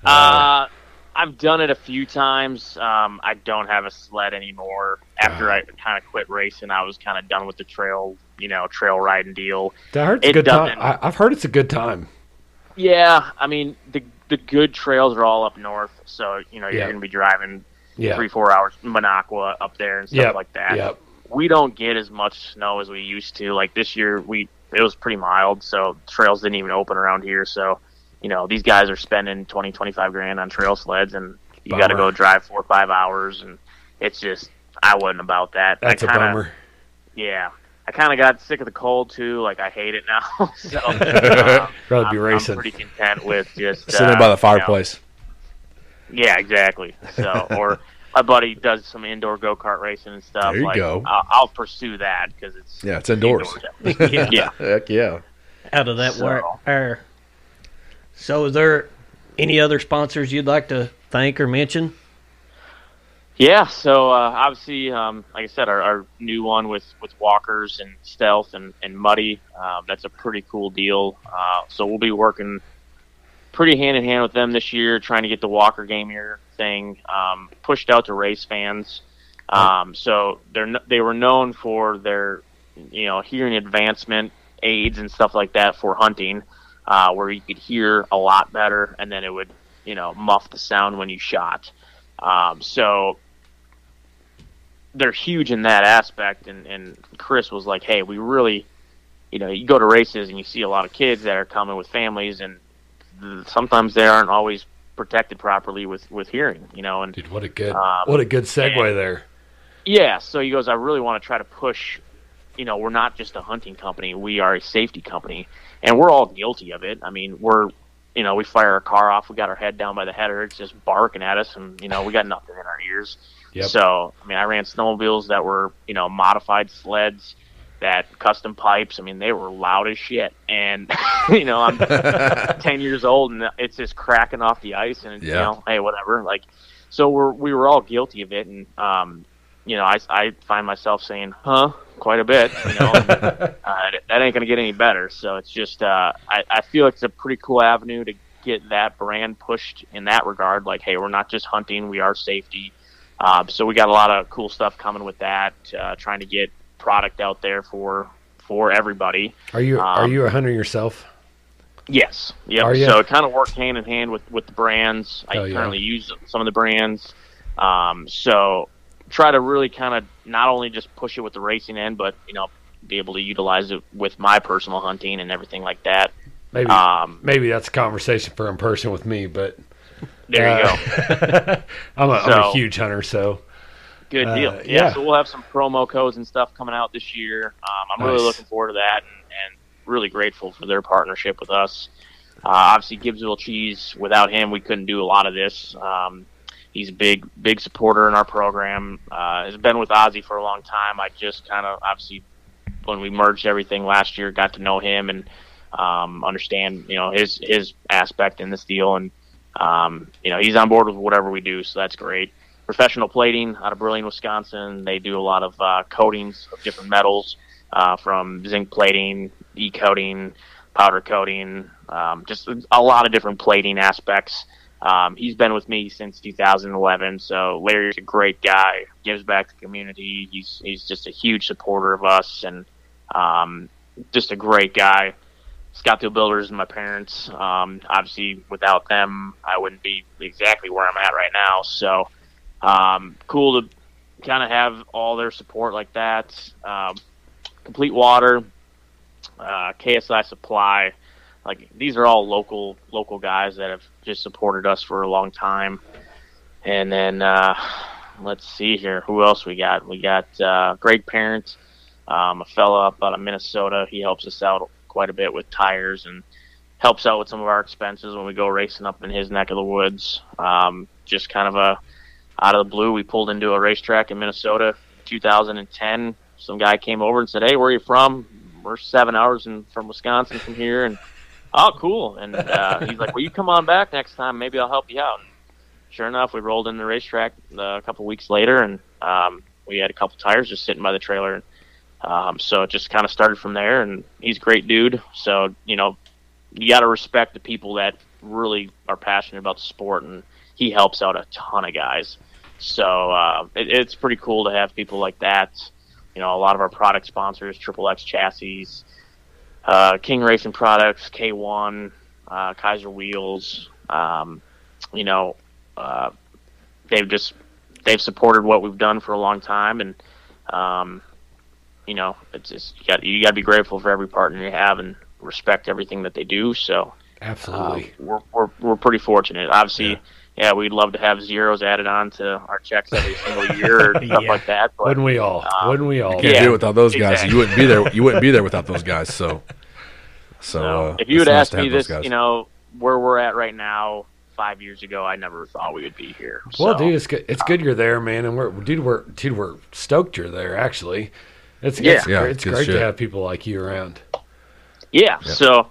Uh, I've done it a few times. Um, I don't have a sled anymore. After I kind of quit racing, I was kind of done with the trail, you know, trail riding deal. I heard it's a it good time. doesn't. I, I've heard it's a good time. Yeah, I mean the the good trails are all up north, so you know you're Yeah. going to be driving Yeah. three four hours Minocqua up there and stuff Yep, like that. yep. We don't get as much snow as we used to. Like this year, we it was pretty mild, so trails didn't even open around here. So, you know, these guys are spending 20, 25 grand on trail sleds, and you got to Bummer. go drive four or five hours, and it's just I wasn't about that. That's I a kinda, bummer. Yeah. I kind of got sick of the cold too. Like I hate it now. so um, Rather be I'm- racing. I'm pretty content with just Sitting uh, by the you know, fireplace. yeah, exactly. So, or my buddy does some indoor go kart racing and stuff. There you like, go. I'll, I'll pursue that because it's Yeah, it's indoors. indoors. yeah, yeah. Heck yeah. Out of that So- wire. air. So, is there any other sponsors you'd like to thank or mention? Yeah, So uh, obviously, um, like I said, our, our new one with with walkers and stealth and and muddy. Um, that's a pretty cool deal. Uh, so we'll be working pretty hand in hand with them this year, trying to get the Walker Game Year thing um, pushed out to race fans. Um, so they're kn- they were known for their you know hearing advancement aids and stuff like that for hunting, uh, where you could hear a lot better, and then it would you know muff the sound when you shot. Um, so they're huge in that aspect, and, and Chris was like, "Hey, we really." You know, you go to races and you see a lot of kids that are coming with families, and sometimes they aren't always protected properly with with hearing you know and Dude, what a good Um, what a good segue and- there. yeah so he goes i really want to try to push you know we're not just a hunting company we are a safety company and we're all guilty of it i mean we're you know we fire our car off we got our head down by the header it's just barking at us and you know we got nothing in our ears Yep. so i mean i ran snowmobiles that were you know modified sleds that custom pipes i mean they were loud as shit and you know i'm 10 years old and it's just cracking off the ice and you Yeah. know hey whatever like so we're we were all guilty of it and um you know i, I find myself saying huh quite a bit you know and, uh, that ain't gonna get any better so it's just uh I, I feel it's a pretty cool avenue to get that brand pushed in that regard like hey we're not just hunting we are safety um, so we got a lot of cool stuff coming with that uh, trying to get product out there for for everybody Are you are um, you a hunter yourself? Yes. Are Yep. ya? So it kind of worked hand in hand with with the brands. I Hell yeah. currently use some of the brands. Um, so try to really kind of not only just push it with the racing end, but you know, be able to utilize it with my personal hunting and everything like that. Maybe Um, maybe that's a conversation for in person with me, but there you uh, go. I'm, a, am a So- huge hunter, so Good uh, deal. Yeah, yeah. So we'll have some promo codes and stuff coming out this year. Um, I'm Nice. really looking forward to that, and, and really grateful for their partnership with us. Uh, obviously, Gibbsville Cheese. Without him, we couldn't do a lot of this. Um, he's a big, big supporter in our program. Uh, has been with Ozzy for a long time. I just kind of obviously when we merged everything last year, got to know him and um, understand you know his his aspect in this deal, and um, you know he's on board with whatever we do, so that's great. Professional Plating out of Brilliant, Wisconsin, they do a lot of uh, coatings of different metals, uh, from zinc plating, e coating, powder coating, um, just a lot of different plating aspects. Um, he's been with me since 2011, so Larry's a great guy. Gives back to the community. He's he's just a huge supporter of us, and um, just a great guy. Scottsdale Builders and my parents. Um, obviously, without them, I wouldn't be exactly where I'm at right now. So, um, cool to kind of have all their support like that. Um, Complete Water, uh, KSI Supply, like these are all local local guys that have just supported us for a long time. And then uh, let's see here, who else we got? We got uh, great parents, um, a fellow up out of Minnesota. He helps us out quite a bit with tires and helps out with some of our expenses when we go racing up in his neck of the woods. Um, just kind of a out of the blue, we pulled into a racetrack in Minnesota, 2010. Some guy came over and said, "Hey, where are you from?" We're seven hours in, from Wisconsin from here, and oh, cool. And uh, he's like, "Will you come on back next time? Maybe I'll help you out." And sure enough, we rolled in the racetrack uh, a couple weeks later, and um, we had a couple tires just sitting by the trailer. Um, so it just kind of started from there, and he's a great dude. So you know, you got to respect the people that really are passionate about the sport, and he helps out a ton of guys. So uh, it, it's pretty cool to have people like that. You know, a lot of our product sponsors, Triple X Chassis, uh, King Racing Products, K1, uh, Kaiser Wheels. Um, you know, uh, they've just they've supported what we've done for a long time, and um, you know, it's just you got you got to be grateful for every partner you have and respect everything that they do. So um, Absolutely. we're, we're we're pretty fortunate. Obviously, Yeah. yeah. we'd love to have zeros added on to our checks every single year or stuff Yeah. like that. But Wouldn't we all? um, Wouldn't we all? Can't Yeah, do it without those guys. exactly. You wouldn't be there. You wouldn't be there without those guys. So, so So uh, if you it's had nice asked to have me those this, guys. you know, where we're at right now, five years ago, I never thought we would be here. Well, So, dude, it's good. It's good you're there, man. And we're dude, we're dude, we're stoked you're there. Actually, it's Yeah. it's, Yeah, it's good great shit. to have people like you around. yeah, So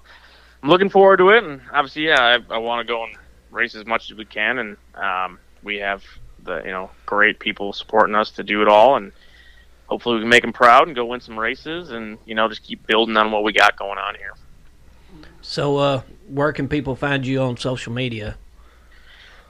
I'm looking forward to it, and obviously, yeah, I, I want to go and race as much as we can, and um, we have the you know great people supporting us to do it all, and hopefully we can make them proud and go win some races, and you know just keep building on what we got going on here. So, uh, where can people find you on social media?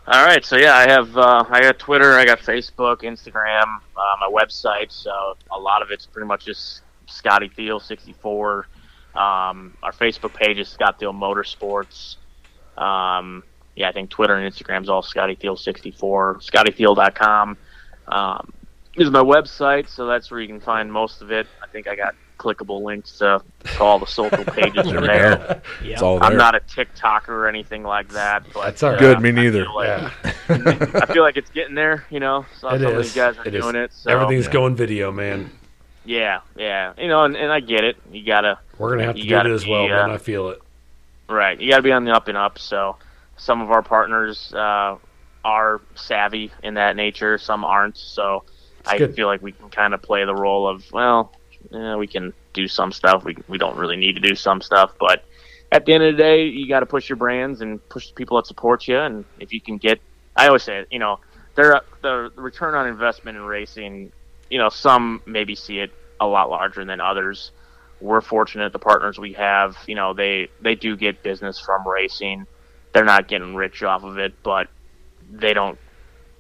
All right, so yeah, I have uh, I got Twitter, I got Facebook, Instagram, uh, my website. So a lot of it's pretty much just Scotty Thiel sixty four. Um, our Facebook page is Scott Thiel Motorsports. Um, yeah, I think Twitter and Instagram's all Scotty Thiel sixty four. ScottyThiel.com um, is my website, so that's where you can find most of it. I think I got clickable links to, to all the social pages There are we there. go. Yeah. It's all there. I'm not a TikToker or anything like that, but That's all uh, right. good. Me neither. feel like- yeah, I feel like it's getting there, you know. So It some of is. these guys are It is. doing it. So everything's yeah. going video, man. yeah, yeah, you know, and, and I get it. You gotta We're gonna have to You do it gotta as well, be, man. uh, I feel it. right. You gotta be on the up and up. So some of our partners uh, are savvy in that nature. Some aren't. So I good. feel like we can kind of play the role of well, eh, we can do some stuff. We we don't really need to do some stuff, but at the end of the day, you got to push your brands and push the people that support you. And if you can get, I always say, it, you know, there the return on investment in racing, you know, some maybe see it a lot larger than others. We're fortunate the partners we have, you know, they they do get business from racing. They're not getting rich off of it, but they don't.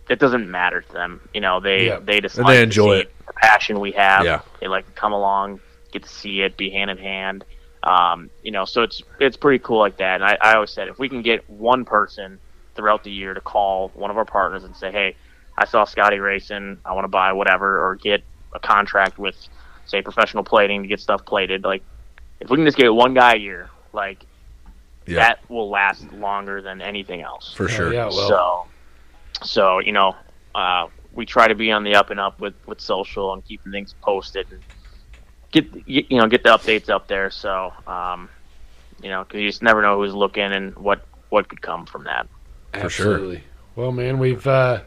It doesn't matter to them, you know. They Yeah. they just And like they to enjoy see it. The passion we have, Yeah. they like to come along, get to see it, be hand in hand um, you know so it's it's pretty cool like that and I, I always said if we can get one person throughout the year to call one of our partners and say hey i saw scotty racing i want to buy whatever or get a contract with say professional plating to get stuff plated like if we can just get one guy a year like Yeah. that will last longer than anything else for Hell sure. Yeah, well, so, so you know, uh, we try to be on the up and up with with social and keeping things posted and get y- you know get the updates up there. So, um, you know, because you just never know who's looking and what what could come from that. for sure. absolutely. Well, man, we've uh,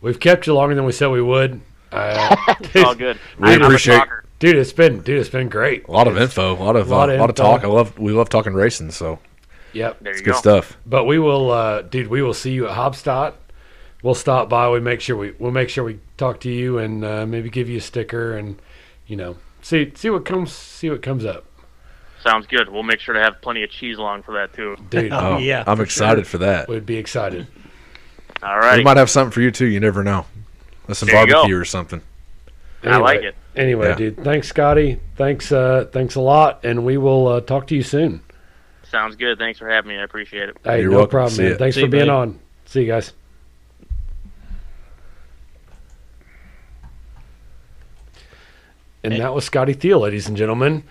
we've kept you longer than we said we would. Uh, It's all good. We I'm a appreciate- talker. dude, it's been dude, it's been great. A lot of info. A lot of uh, a lot, Lot of lot of info. talk. I love. We love talking racing. So Yep. There it's you good go. stuff. But we will, uh, dude. We will see you at Hobstadt. We'll stop by. We make sure we we'll make sure we talk to you and uh, maybe give you a sticker and you know see see what comes see what comes up, Sounds good. We'll make sure to have plenty of cheese along for that too. dude. Oh, yeah, I'm for excited for that. We'd be excited. All We right, might have something for you too. You never know. That's some There you go. barbecue or something. I like Anyway, it. Anyway, Yeah. dude, thanks, Scotty. Thanks, uh, thanks a lot, and we will uh, talk to you soon. Sounds good. Thanks for having me. I appreciate it. Hey, You're no welcome. problem, See man. ya. Thanks See for you, being buddy. on. See you guys. And Hey. that was Scotty Thiel, ladies and gentlemen.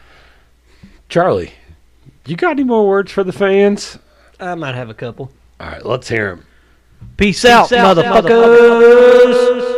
Charlie, you got any more words for the fans? I might have a couple. All right, let's hear them. Peace, out, motherfuckers.